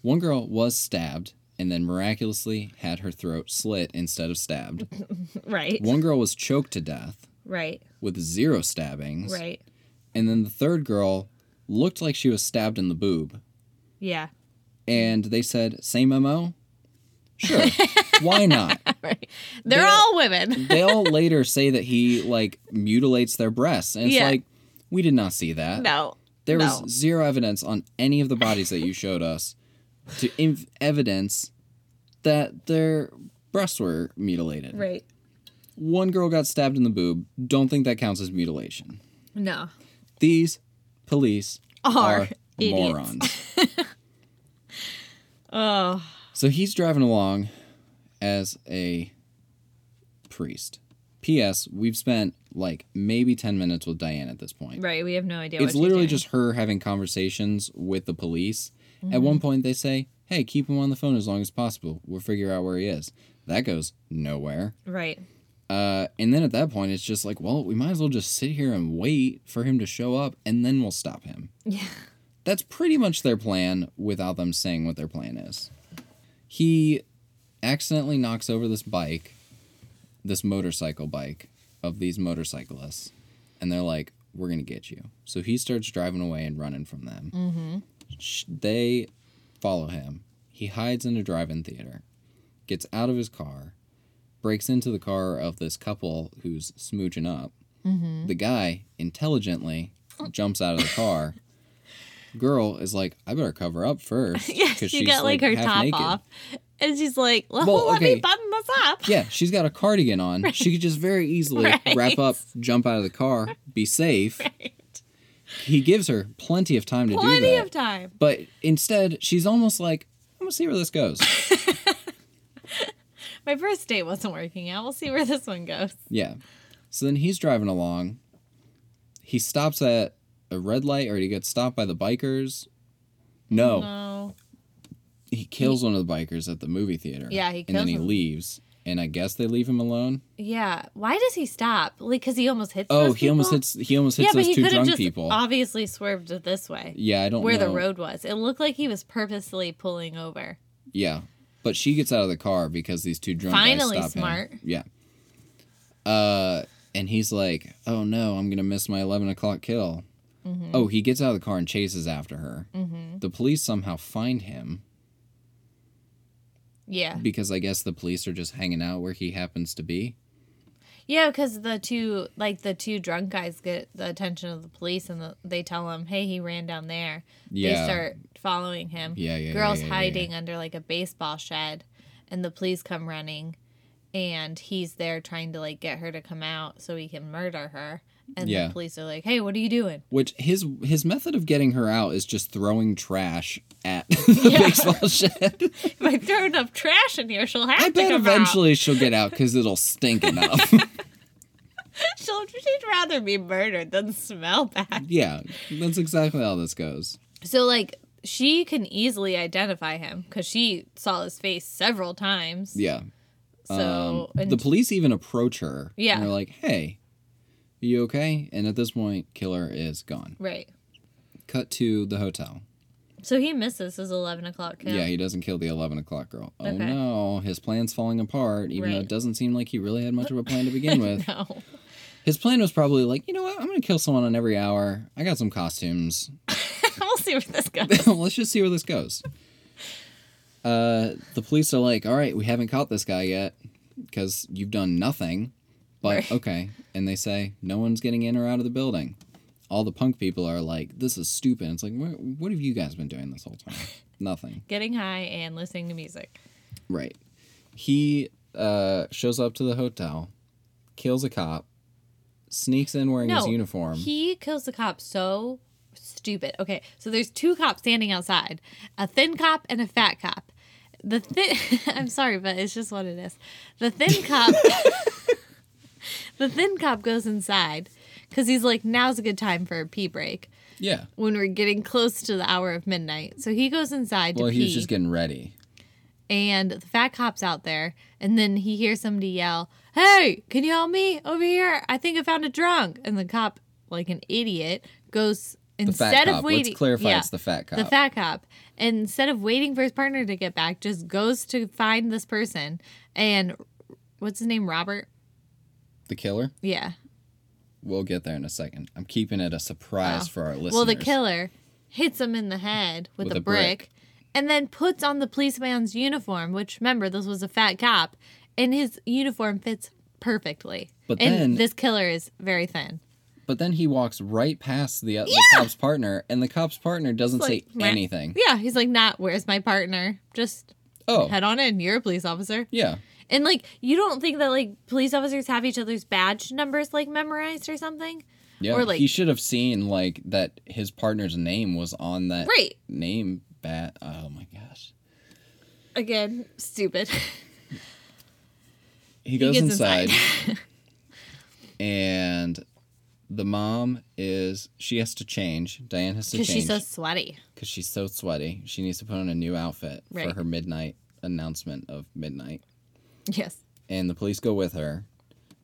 D: One girl was stabbed and then miraculously had her throat slit instead of
E: [laughs]
D: stabbed.
E: [laughs] Right.
D: One girl was choked to death
E: Right.
D: with zero stabbings.
E: Right.
D: And then the third girl looked like she was stabbed in the boob.
E: Yeah.
D: And they said, same MO?
E: [laughs]
D: Sure. Why not?
E: Right. They're
D: They're-
E: all women.
D: They all later say that he like mutilates their breasts. And it's
E: Yeah.
D: like, we did not see that.
E: [laughs] No.
D: There
E: No.
D: was zero evidence on any of the bodies that you showed us to inv- evidence that their breasts were mutilated.
E: Right.
D: One girl got stabbed in the boob. Don't think that counts as mutilation.
E: No.
D: These police
E: Are
D: are,
E: idiots.
D: morons.
E: [laughs] Oh.
D: so he's driving along as a priest. P.S. We've spent like maybe 10 minutes with Diane at this point.
E: Right. We have no idea.
D: it's literally just her having conversations with the police. At one point, they say, "Hey, keep him on the phone as long as possible. We'll figure out where he is." That goes nowhere.
E: [laughs] right.
D: Uh, and then at that point, it's just like, well, we might as well just sit here and wait for him to show up, and then we'll stop him.
E: Yeah.
D: That's pretty much their plan without them saying what their plan is. He accidentally knocks over this bike, this motorcycle bike of these motorcyclists, and they're like, "We're gonna get you." So he starts driving away and running from them. Mm-hmm. They follow him. He hides in a drive-in theater, gets out of his car, breaks into the car of this couple who's smooching up.
E: Mm-hmm.
D: The guy intelligently jumps out of the
E: [laughs]
D: car. Girl is like, I better cover up first.
E: Yeah.
D: 'cause
E: She
D: she's,
E: got like, her
D: half
E: top
D: naked."
E: off, and she's like, [laughs] "Well,
D: Well,
E: let me
D: okay.
E: button this up." [laughs]
D: Yeah, she's got a cardigan on. She could just very easily
E: Right.
D: wrap up, jump out of the car, be safe. He gives her plenty of time to do
E: Plenty
D: that.
E: of time.
D: but instead, she's almost like, I'm gonna see where this goes. [laughs]
E: My first date wasn't working out. We'll see where this one goes.
D: yeah. So then he's driving along. He stops at a red light, or he gets stopped by the bikers. No,
E: No.
D: he kills one of the bikers at the movie theater.
E: Yeah, he
D: and then
E: kills
D: he
E: him.
D: leaves. And I guess they leave him alone.
E: Yeah. Why does he stop? Like, cause he almost hits.
D: Oh,
E: those
D: he almost
E: people?
D: hits. He almost
E: Yeah,
D: hits
E: but
D: those
E: he
D: two
E: could have
D: drunk
E: just
D: people.
E: obviously swerved this way,
D: yeah, I don't
E: where
D: know
E: the road was. It looked like he was purposely pulling over.
D: Yeah. But she gets out of the car because these two drunk
E: Finally
D: guys stop
E: smart.
D: him. Yeah. Uh, and he's like, "Oh no, I'm gonna miss my eleven o'clock kill."
E: Mm-hmm.
D: Oh, he gets out of the car and chases after her. The police somehow find him
E: Yeah.
D: because I guess the police are just hanging out where he happens to be.
E: Yeah, because the two, like the two drunk guys, get the attention of the police, and the, they tell him, "Hey, he ran down there."
D: Yeah.
E: They start following him.
D: Yeah, yeah, yeah,
E: Girls
D: yeah, yeah,
E: hiding under like a baseball shed, and the police come running, and he's there trying to like get her to come out so he can murder her. And
D: Yeah.
E: the police are like, "Hey, what are you doing?" [laughs]
D: Which his his method of getting her out is just throwing trash at [laughs] the
E: Yeah.
D: baseball
E: [laughs]
D: shed.
E: If I throw enough trash in here, she'll
D: [laughs]
E: have
D: I
E: to
D: bet
E: come
D: eventually she'll get out because it'll stink enough. [laughs]
E: out. [laughs] She'll, she'd rather be murdered than smell bad.
D: yeah, that's exactly how this goes.
E: So like she can easily identify him because she saw his face several times.
D: Yeah.
E: So
D: um,
E: and
D: the police even approach her.
E: Yeah.
D: And they're like, hey, are you okay? And at this point, Killer is gone.
E: right.
D: Cut to the hotel.
E: So he misses his eleven o'clock kill.
D: Yeah, he doesn't kill the 11 o'clock girl. Oh
E: Okay.
D: no, his plan's falling apart, even though
E: Right.
D: it doesn't seem like he really had much of a plan to
E: [laughs]
D: begin with.
E: no.
D: His plan was probably like, you know what? I'm going to kill someone on every hour. I got some costumes.
E: we'll see where this goes.
D: [laughs] Let's just see where this goes. Uh, the police are like, all right, we haven't caught this guy yet because you've done nothing. But
E: Right.
D: okay. And they say, no one's getting in or out of the building. All the punk people are like, this is stupid. It's like, what, what have you guys been doing this whole
E: [laughs]
D: time? nothing.
E: Getting high and listening to music.
D: Right. He uh, shows up to the hotel, kills a cop, sneaks in wearing his
E: No,
D: uniform.
E: He kills the cop so stupid. Okay, so there's two cops standing outside, a thin cop and a fat cop. The thin [laughs] I'm sorry, but it's just what it is. The
D: [laughs]
E: thin cop [laughs] The thin cop goes inside cuz he's like now's a good time for a pee break
D: yeah.
E: when we're getting close to the hour of midnight. So he goes inside
D: Well,
E: to
D: he
E: pee
D: was just getting ready.
E: and the fat cop's out there and then he hears somebody yell hey can you help me over here i think i found a drunk and the cop like an idiot goes
D: The
E: instead
D: fat
E: of
D: cop.
E: waiting
D: Let's clarify
E: Yeah,
D: it's the fat cop.
E: the fat cop and instead of waiting for his partner to get back just goes to find this person and what's his name robert
D: the killer?
E: yeah
D: We'll get there in a second. I'm keeping it a surprise for our listeners.
E: Oh. well the killer hits him in the head with, a, brick, and then puts on the policeman's uniform which remember this was a fat cop and his uniform fits perfectly
D: But
E: and
D: then-
E: this killer is very thin
D: But then he walks right past the, uh, the cop's partner, and the cop's partner doesn't
E: It's
D: say
E: like, meh.
D: anything.
E: yeah he's like not where's my partner just
D: Oh,
E: head on in you're a police officer
D: yeah.
E: and like you don't think that like police officers have each other's badge numbers like memorized or something
D: Yeah.
E: Or, like-
D: he should have seen, like, that his partner's name was on that
E: right
D: name bat. Oh, my gosh.
E: again stupid
D: he goes
E: gets
D: inside,
E: [laughs]
D: and the mom is she has to change diane
E: [laughs]
D: has to
E: because
D: change
E: she's so sweaty
D: because she's so sweaty she needs to put on a new outfit for
E: Right.
D: her midnight announcement of midnight
E: yes
D: and the police go with her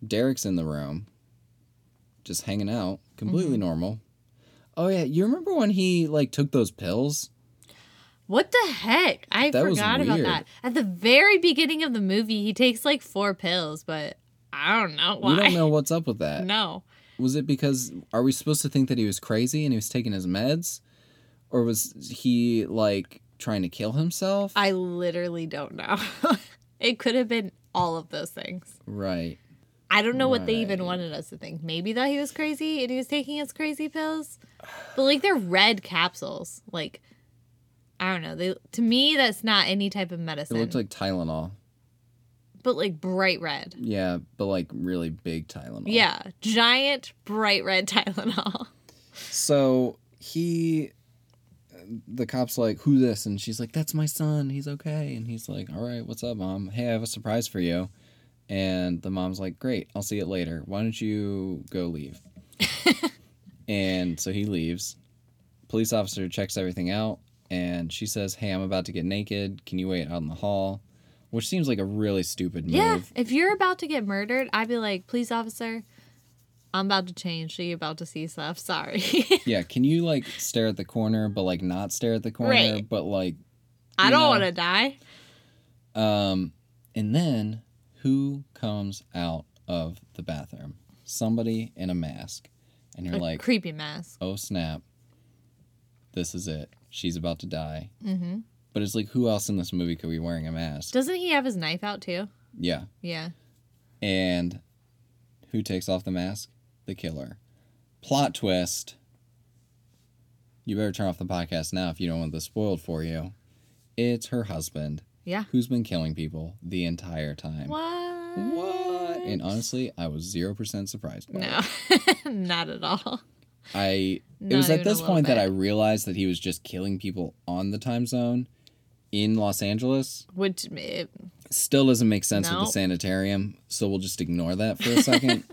D: derek's in the room just hanging out completely
E: Mm-hmm.
D: normal oh yeah you remember when he like took those pills
E: What the heck? I
D: That was
E: forgot about
D: weird.
E: that. At the very beginning of the movie, he takes like four pills, but I don't know why.
D: we don't know what's up with that
E: [laughs] No.
D: Was it because are we supposed to think that he was crazy and he was taking his meds, or was he like trying to kill himself?
E: I literally don't know. [laughs] it could have been all of those things.
D: right.
E: I don't know what they even
D: Right.
E: wanted us to think. Maybe that he was crazy and he was taking his crazy pills. But like they're red capsules. Like I don't know. They to me that's not any type of
D: It
E: medicine.
D: looked like Tylenol.
E: but like bright red.
D: Yeah, but like really big Tylenol.
E: Yeah. Giant bright red [laughs] Tylenol.
D: So he, the cop's like, "Who this?" And she's like, "That's my son. He's okay." And he's like, "All right, what's up, mom? Hey, I have a surprise for you." And the mom's like, "Great, I'll see it later. Why don't you go
E: [laughs]
D: leave?" and so he leaves. Police officer checks everything out, and she says, "Hey, I'm about to get naked. Can you wait out in the hall?" Which seems like a really stupid move.
E: Yeah, if you're about to get murdered, I'd be like, police officer, I'm about to change. So you're about to see stuff. Sorry. [laughs]
D: Yeah, can you like stare at the corner, but like not stare at the corner,
E: Right.
D: but like
E: I
D: You
E: don't
D: know.
E: want to die.
D: Um, and then who comes out of the bathroom? Somebody in a mask, and you're
E: A
D: like,
E: creepy mask.
D: "Oh snap! This is it. She's about to die."
E: Mm-hmm.
D: But it's like, who else in this movie could be wearing a mask?
E: Doesn't he have his knife out too?
D: yeah,
E: Yeah.
D: and Who takes off the mask? The killer. Plot twist. You better turn off the podcast now if you don't want this spoiled for you. It's her husband
E: Yeah.
D: who's been killing people the entire time.
E: What?
D: What? And honestly, I was 0% surprised. by
E: No, [laughs]
D: it.
E: not at all.
D: I it
E: Not
D: was at
E: even a
D: this
E: little
D: point that
E: bit.
D: I realized that he was just killing people on the time zone in Los Angeles.
E: Which it,
D: Still doesn't make sense with
E: No.
D: the sanitarium, so we'll just ignore that for a
E: [laughs]
D: second.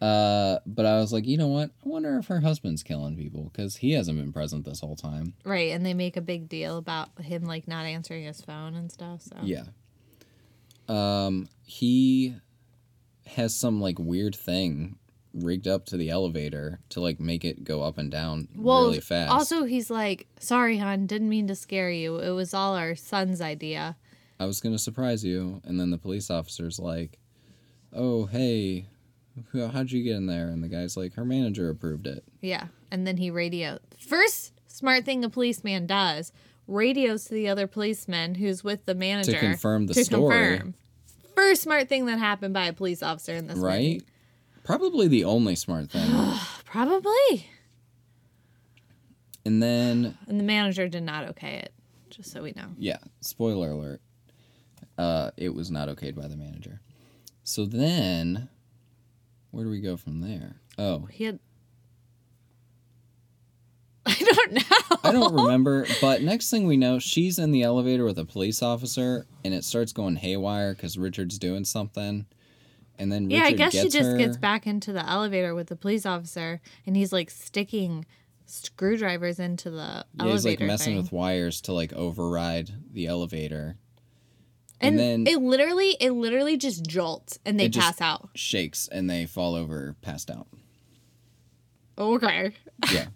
D: uh, but I was like, you know what? I wonder if her husband's killing people because he hasn't been present this whole time.
E: right, and they make a big deal about him like not answering his phone and stuff. So
D: Yeah. Um, he has some like weird thing rigged up to the elevator to like make it go up and down
E: Well,
D: really fast.
E: also he's like, "Sorry, hon, didn't mean to scare you. It was all our son's idea."
D: I was gonna surprise you, and then the police officer's like, "Oh hey, who- how'd you get in there?" And the guy's like, "Her manager approved it."
E: Yeah, and then he radios. First smart thing a policeman does radios to the other policeman who's with the manager
D: confirm the story.
E: First smart thing that happened by a police officer in this movie.
D: Right? Probably the only smart
E: [gasps]
D: thing.
E: Probably.
D: and then
E: And the manager did not okay it. Just so we know.
D: Yeah, spoiler alert. Uh, it was not okayed by the manager. So then, where do we go from there? Oh,
E: He had. [laughs] I don't know.
D: I
E: [laughs]
D: don't remember. But next thing we know, she's in the elevator with a police officer, and it starts going haywire because Richard's doing something. And then
E: Yeah, I
D: Richard
E: guess she
D: gets
E: just
D: her.
E: gets back into the elevator with the police officer, and he's like sticking screwdrivers into the
D: Yeah,
E: elevator.
D: he's like messing
E: thing.
D: with wires to like override the elevator.
E: and,
D: and then-
E: it literally, it literally just jolts, and they
D: It just-
E: pass out.
D: Shakes and they fall over, passed out.
E: Okay.
D: yeah.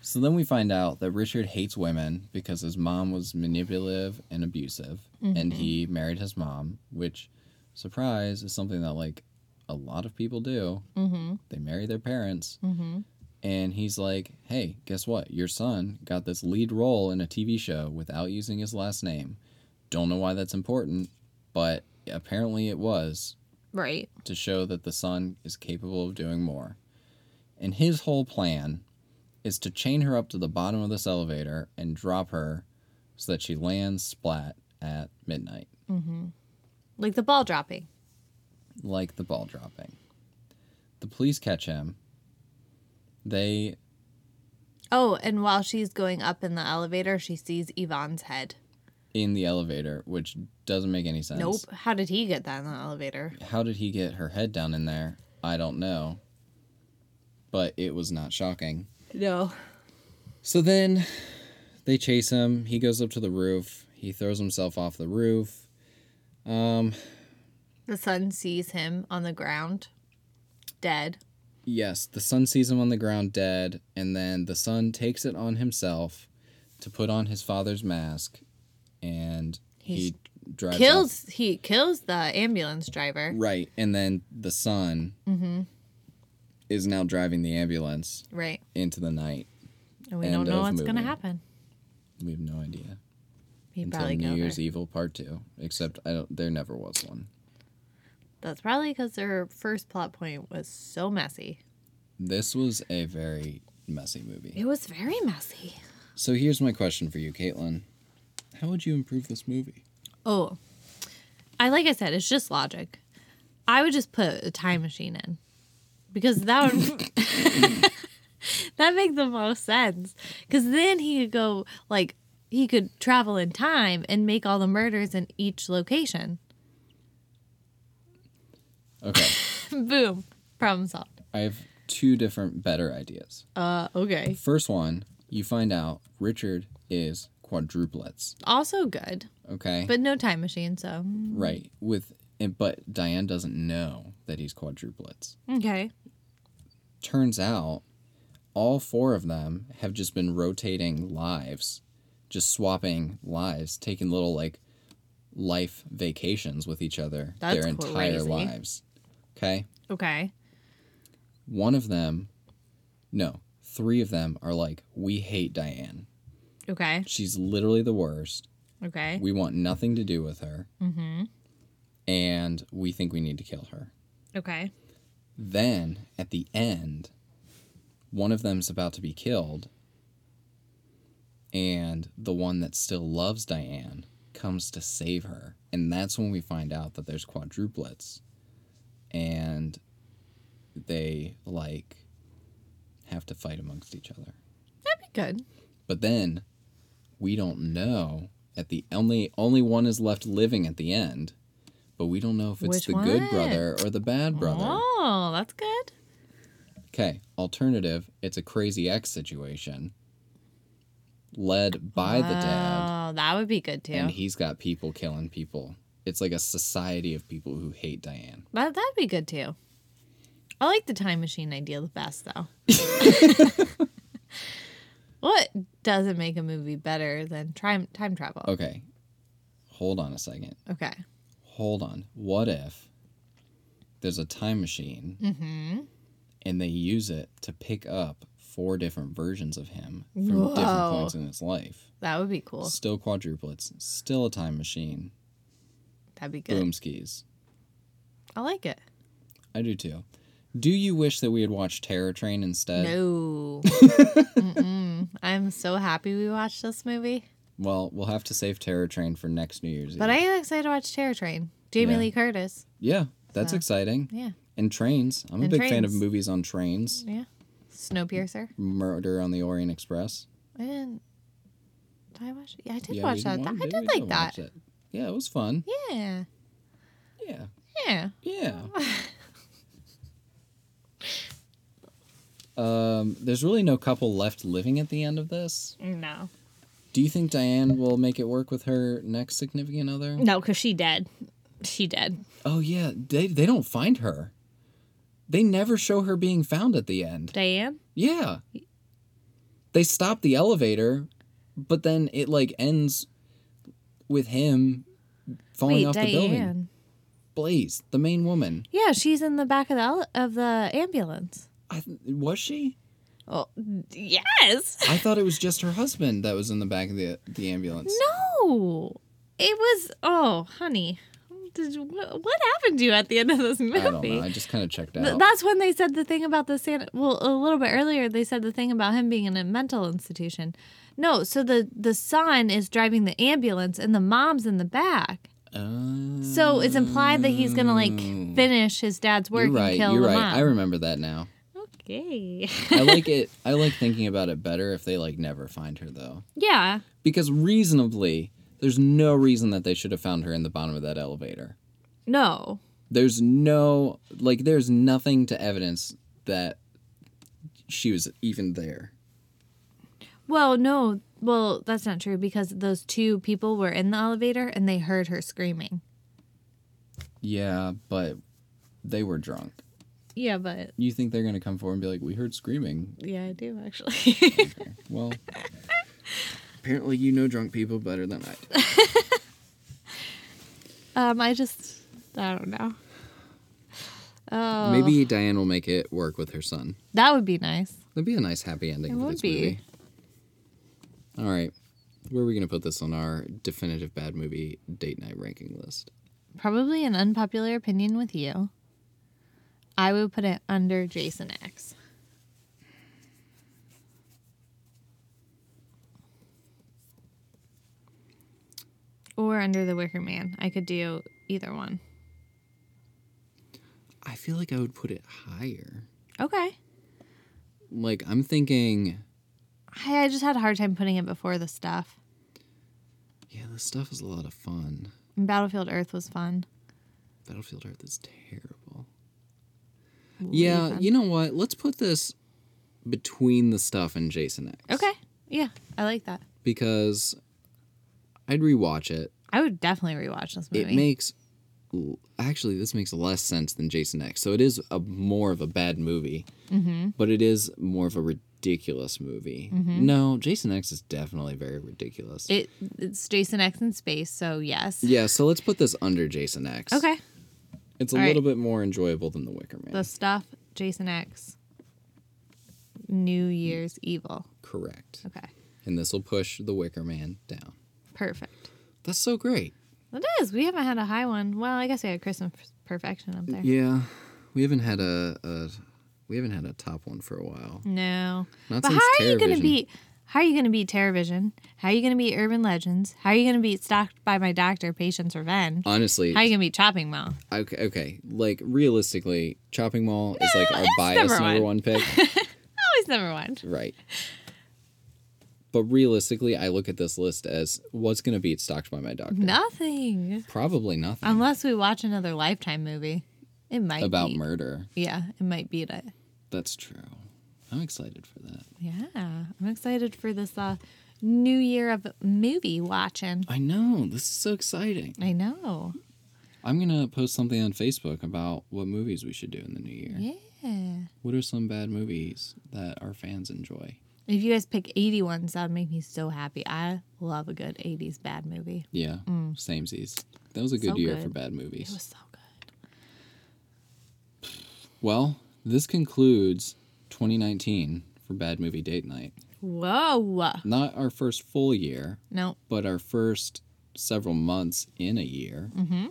D: So then we find out that Richard hates women because his mom was manipulative and abusive, and he married his mom, which, surprise, is something that like a lot of people do. Mm-hmm. They marry their parents, mm-hmm. and he's like, "Hey, guess what? Your son got this lead role in a TV show without using his last name. Don't know why that's important, but apparently it was
E: Right.
D: to show that the son is capable of doing more. And his whole plan is to chain her up to the bottom of this elevator and drop her so that she lands splat at midnight,
E: Like the ball dropping.
D: like the ball dropping. The police catch him. They,
E: Oh, and while she's going up in the elevator, she sees Yvonne's head.
D: in the elevator, which doesn't make any sense.
E: Nope. How did he get that in the elevator?
D: How did he get her head down in there? I don't know. But it was not shocking.
E: No.
D: So then they chase him. He goes up to the roof. He throws himself off the roof. Um,
E: The son sees him on the ground, dead.
D: yes, the son sees him on the ground dead, and then the son takes it on himself to put on his father's mask and
E: He's-
D: he drives off.
E: kills he kills the ambulance driver.
D: Right, and then the son is now driving the ambulance
E: Right.
D: into the night.
E: And we
D: End
E: don't know
D: of
E: what's going to
D: movie.
E: happen.
D: We have no idea
E: He
D: until
E: probably
D: New
E: killed her.
D: Year's E- Evil Part Two. Except I don't. There never was one.
E: That's probably because their first plot point was so messy.
D: This was a very messy movie.
E: It was very messy.
D: So here's my question for you, Caitlin. How would you improve this movie?
E: Oh, I like I said, it's just logic. I would just put a time machine in because that [laughs] would that make the most sense. Because then he could go like he could travel in time and make all the murders in each location. [laughs]
D: Okay,
E: Boom, problem solved.
D: I have two different better ideas.
E: Uh, okay.
D: First one, you find out Richard is quadruplets.
E: Also good,
D: Okay,
E: but no time machine. So
D: right with, and- but Diane doesn't know that he's quadruplets.
E: okay,
D: Turns out, all four of them have just been rotating lives, just swapping lives, taking little like life vacations with each other
E: That's
D: their entire
E: crazy.
D: lives. Okay.
E: okay,
D: one of them, no, three of them are like, we hate Diane.
E: okay,
D: She's literally the worst.
E: okay.
D: We want nothing to do with her. Mm-hmm. And we think we need to kill her.
E: Okay.
D: Then at the end, one of them's about to be killed, and the one that still loves Diane comes to save her. And that's when we find out that there's quadruplets. And they like have to fight amongst each other.
E: That'd be good.
D: But then we don't know at the only only one is left living at the end, but we don't know if it's
E: Which
D: the good
E: one?
D: brother or the bad brother.
E: Oh, that's good.
D: Okay, alternative, it's a crazy ex situation led by the dad
E: Oh, that would be good too.
D: and he's got people killing people. It's like a society of people who hate Diane.
E: That that'd be good too. I like the time machine idea the best
D: [laughs]
E: though. what doesn't make a movie better than time time travel?
D: Okay. Hold on a second.
E: Okay.
D: hold on. What if there's a time machine
E: Mm-hmm.
D: and they use it to pick up four different versions of him from different
E: Whoa.
D: points in his life?
E: That would be cool.
D: Still quadruplets, still a time machine,
E: That'd be good.
D: boom skis.
E: I like it.
D: I do too. Do you wish that we had watched Terror Train instead? [laughs]
E: No. Mm-mm. I'm so happy we watched this movie.
D: Well, we'll have to save Terror Train for next New Year's
E: But I
D: Eve.
E: am excited to watch Terror Train. Jamie
D: Yeah.
E: Lee Curtis.
D: yeah, that's exciting.
E: Yeah.
D: And trains. I'm a
E: And
D: big fan of
E: trains.
D: movies on trains.
E: Yeah. Snowpiercer.
D: Murder on the Orient Express.
E: I didn't. Did I watch it? Yeah, I did
D: Yeah, we
E: watch that.
D: wa-
E: I did
D: we
E: like that.
D: watch it. Yeah, it was fun.
E: Yeah.
D: Yeah.
E: Yeah.
D: Yeah.
E: [laughs]
D: um, there's really no couple left living at the end of this.
E: No.
D: Do you think Diane will make it work with her next significant other?
E: No, because she dead. She dead.
D: Oh yeah, they they don't find her. They never show her being found at the end.
E: Diane?
D: Yeah. They stop the elevator, but then it like ends with him falling
E: Wait,
D: off the building.
E: Diane.
D: Blaze, the main woman.
E: Yeah, she's in the back of the ele- of the ambulance.
D: I, th- was she?
E: Oh, yes.
D: I thought it was just her husband that was in the back of the the ambulance.
E: No, it was. Oh, honey, Did you- what, what happened to you at the end of this movie?
D: I don't know. I just kind of checked out.
E: Th- That's when they said the thing about the Santa. Well, a little bit earlier, they said the thing about him being in a mental institution. No, so the the son is driving the ambulance and the mom's in the back.
D: Oh.
E: So it's implied that he's gonna like finish his dad's work
D: Mm. You're right.
E: and kill
D: You're
E: the
D: right.
E: mom.
D: I remember that now.
E: okay. [laughs]
D: I like it. I like thinking about it better if they like never find her though,
E: yeah.
D: because reasonably, there's no reason that they should have found her in the bottom of that elevator.
E: No.
D: There's no like. There's nothing to evidence that she was even there.
E: Well, no. Well, that's not true because those two people were in the elevator and they heard her screaming.
D: Yeah, but they were drunk.
E: Yeah, but
D: You think they're gonna come forward and be like, "We heard screaming.
E: yeah, I do actually. [laughs]
D: Well, [laughs] apparently you know drunk people better than I do.
E: um, I just I don't know. Oh,
D: Maybe Diane will make it work with her son.
E: that would be nice.
D: That'd be a nice happy ending.
E: It
D: for
E: would
D: this
E: be.
D: Movie. All right, where are we gonna put this on our definitive bad movie date night ranking list?
E: Probably an unpopular opinion with you. I would put it under Jason X. Or under the Wicker Man. I could do either one.
D: I feel like I would put it higher.
E: Okay.
D: Like I'm thinking,
E: I, I just had a hard time putting it before the stuff.
D: yeah, this stuff is a lot of fun.
E: And Battlefield Earth was fun.
D: Battlefield Earth is terrible. yeah, you know what? Let's put this between the stuff and Jason X.
E: Okay. Yeah, I like that.
D: Because I'd rewatch it.
E: I would definitely rewatch this movie.
D: It makes actually this makes less sense than Jason X. So it is a more of a bad movie,
E: Mm-hmm.
D: but it is more of a ridiculous movie. No, Jason X is definitely very ridiculous.
E: it it's Jason X in space, so yes.
D: yeah, so let's put this under Jason X.
E: Okay.
D: It's a
E: all right.
D: little bit more enjoyable than The Wicker Man.
E: The stuff, Jason X, New Year's Evil.
D: Correct.
E: Okay.
D: And this will push The Wicker Man down.
E: Perfect.
D: That's so great.
E: It is. We haven't had a high one. Well, I guess we had Christmas Perfection up there.
D: Yeah. We haven't had a, a we haven't had a top one for a while.
E: No.
D: Not
E: but
D: since
E: how are you going
D: Terrorvision.
E: to beat? How are you going to beat Terrorvision? How are you going to beat Urban Legends? How are you going to beat Stalked by My Doctor, Patient's Revenge?
D: Honestly,
E: How are you going to beat Chopping Mall?
D: okay, okay, like realistically, Chopping Mall is like our
E: it's
D: bias
E: number
D: number
E: one.
D: one pick.
E: [laughs] Always number one.
D: Right. But realistically, I look at this list as what's going to be stalked by my doctor?
E: Nothing.
D: Probably nothing
E: Unless we watch another Lifetime movie. It might
D: about
E: beat-
D: murder.
E: Yeah, it might beat it.
D: That's true. I'm excited for that.
E: Yeah, I'm excited for this uh, new year of movie watching.
D: I know. This is so exciting.
E: I know.
D: I'm going to post something on Facebook about what movies we should do in the new year.
E: Yeah.
D: What are some bad movies that our fans enjoy?
E: If you guys pick 80 ones, that would make me so happy. I love a good 80s bad movie.
D: Yeah. Samesies. That was a good
E: So
D: year
E: Mm. good.
D: for bad
E: It
D: movies.
E: was so good.
D: Well, this concludes 2019 for Bad Movie Date Night.
E: Whoa.
D: Not our first full year,
E: No.
D: but our first several months in a year
E: Mm-hmm.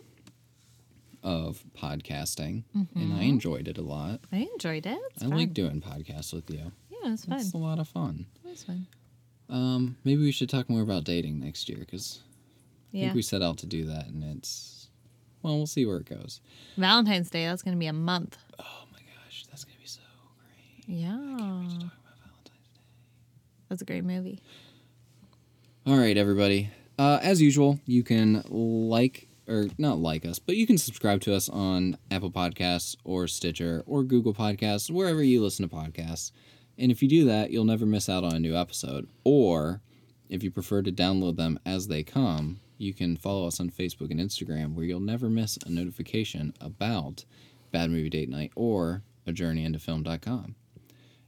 D: of podcasting, and I enjoyed it a lot.
E: I enjoyed it. Mm-hmm. It's
D: I
E: fun.
D: like doing podcasts with you.
E: Yeah, it was fun.
D: It's a lot of fun.
E: It was fun.
D: Um, maybe we should talk more about dating next year because I
E: Yeah.
D: think we set out to do that, and it's well, we'll see where it goes.
E: Valentine's Day, that's going to be a month.
D: Oh my gosh, that's gonna be so great.
E: Yeah.
D: Talking about Valentine's.
E: That's a great movie.
D: All right, everybody. Uh, as usual, you can like or not like us, but you can subscribe to us on Apple Podcasts or Stitcher or Google Podcasts, wherever you listen to podcasts. And if you do that, you'll never miss out on a new episode. Or if you prefer to download them as they come, you can follow us on Facebook and Instagram, where you'll never miss a notification about Bad Movie Date Night or a journey into film.com.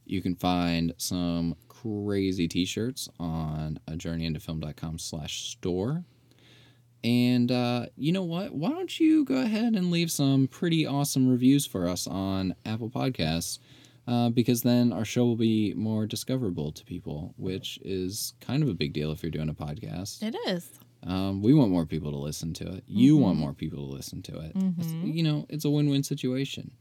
D: You can find some crazy t-shirts on a journeyintofilm.com slash store. And uh, you know what? Why don't you go ahead and leave some pretty awesome reviews for us on Apple Podcasts? Uh, because then our show will be more discoverable to people, which is kind of a big deal if you're doing a podcast.
E: It is.
D: Um, we want more people to listen to it. You
E: Mm-hmm.
D: want more people to listen to it. It's- You know, it's a win win situation.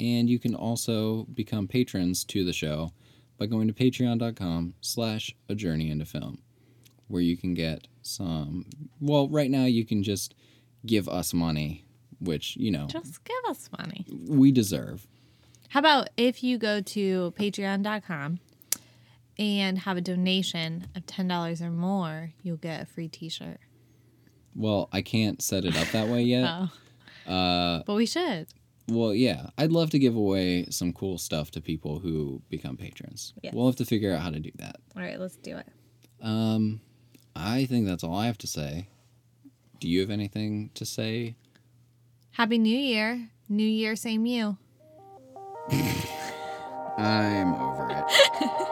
D: And you can also become patrons to the show by going to patreon.com slash a journey into film, where you can get some. Well, right now you can just give us money, which, you know,
E: Just give us money.
D: we deserve.
E: How about if you go to patreon.com and have a donation of $10 or more, you'll get a free t shirt.
D: Well, I can't set it up that
E: [laughs]
D: way yet.
E: Oh. but we should.
D: Well, yeah, I'd love to give away some cool stuff to people who become patrons.
E: Yes.
D: We'll have to figure out how to do that.
E: All right, let's do it.
D: Um, I think that's all I have to say. Do you have anything to say?
E: Happy New Year. New Year, same you.
D: I'm over it.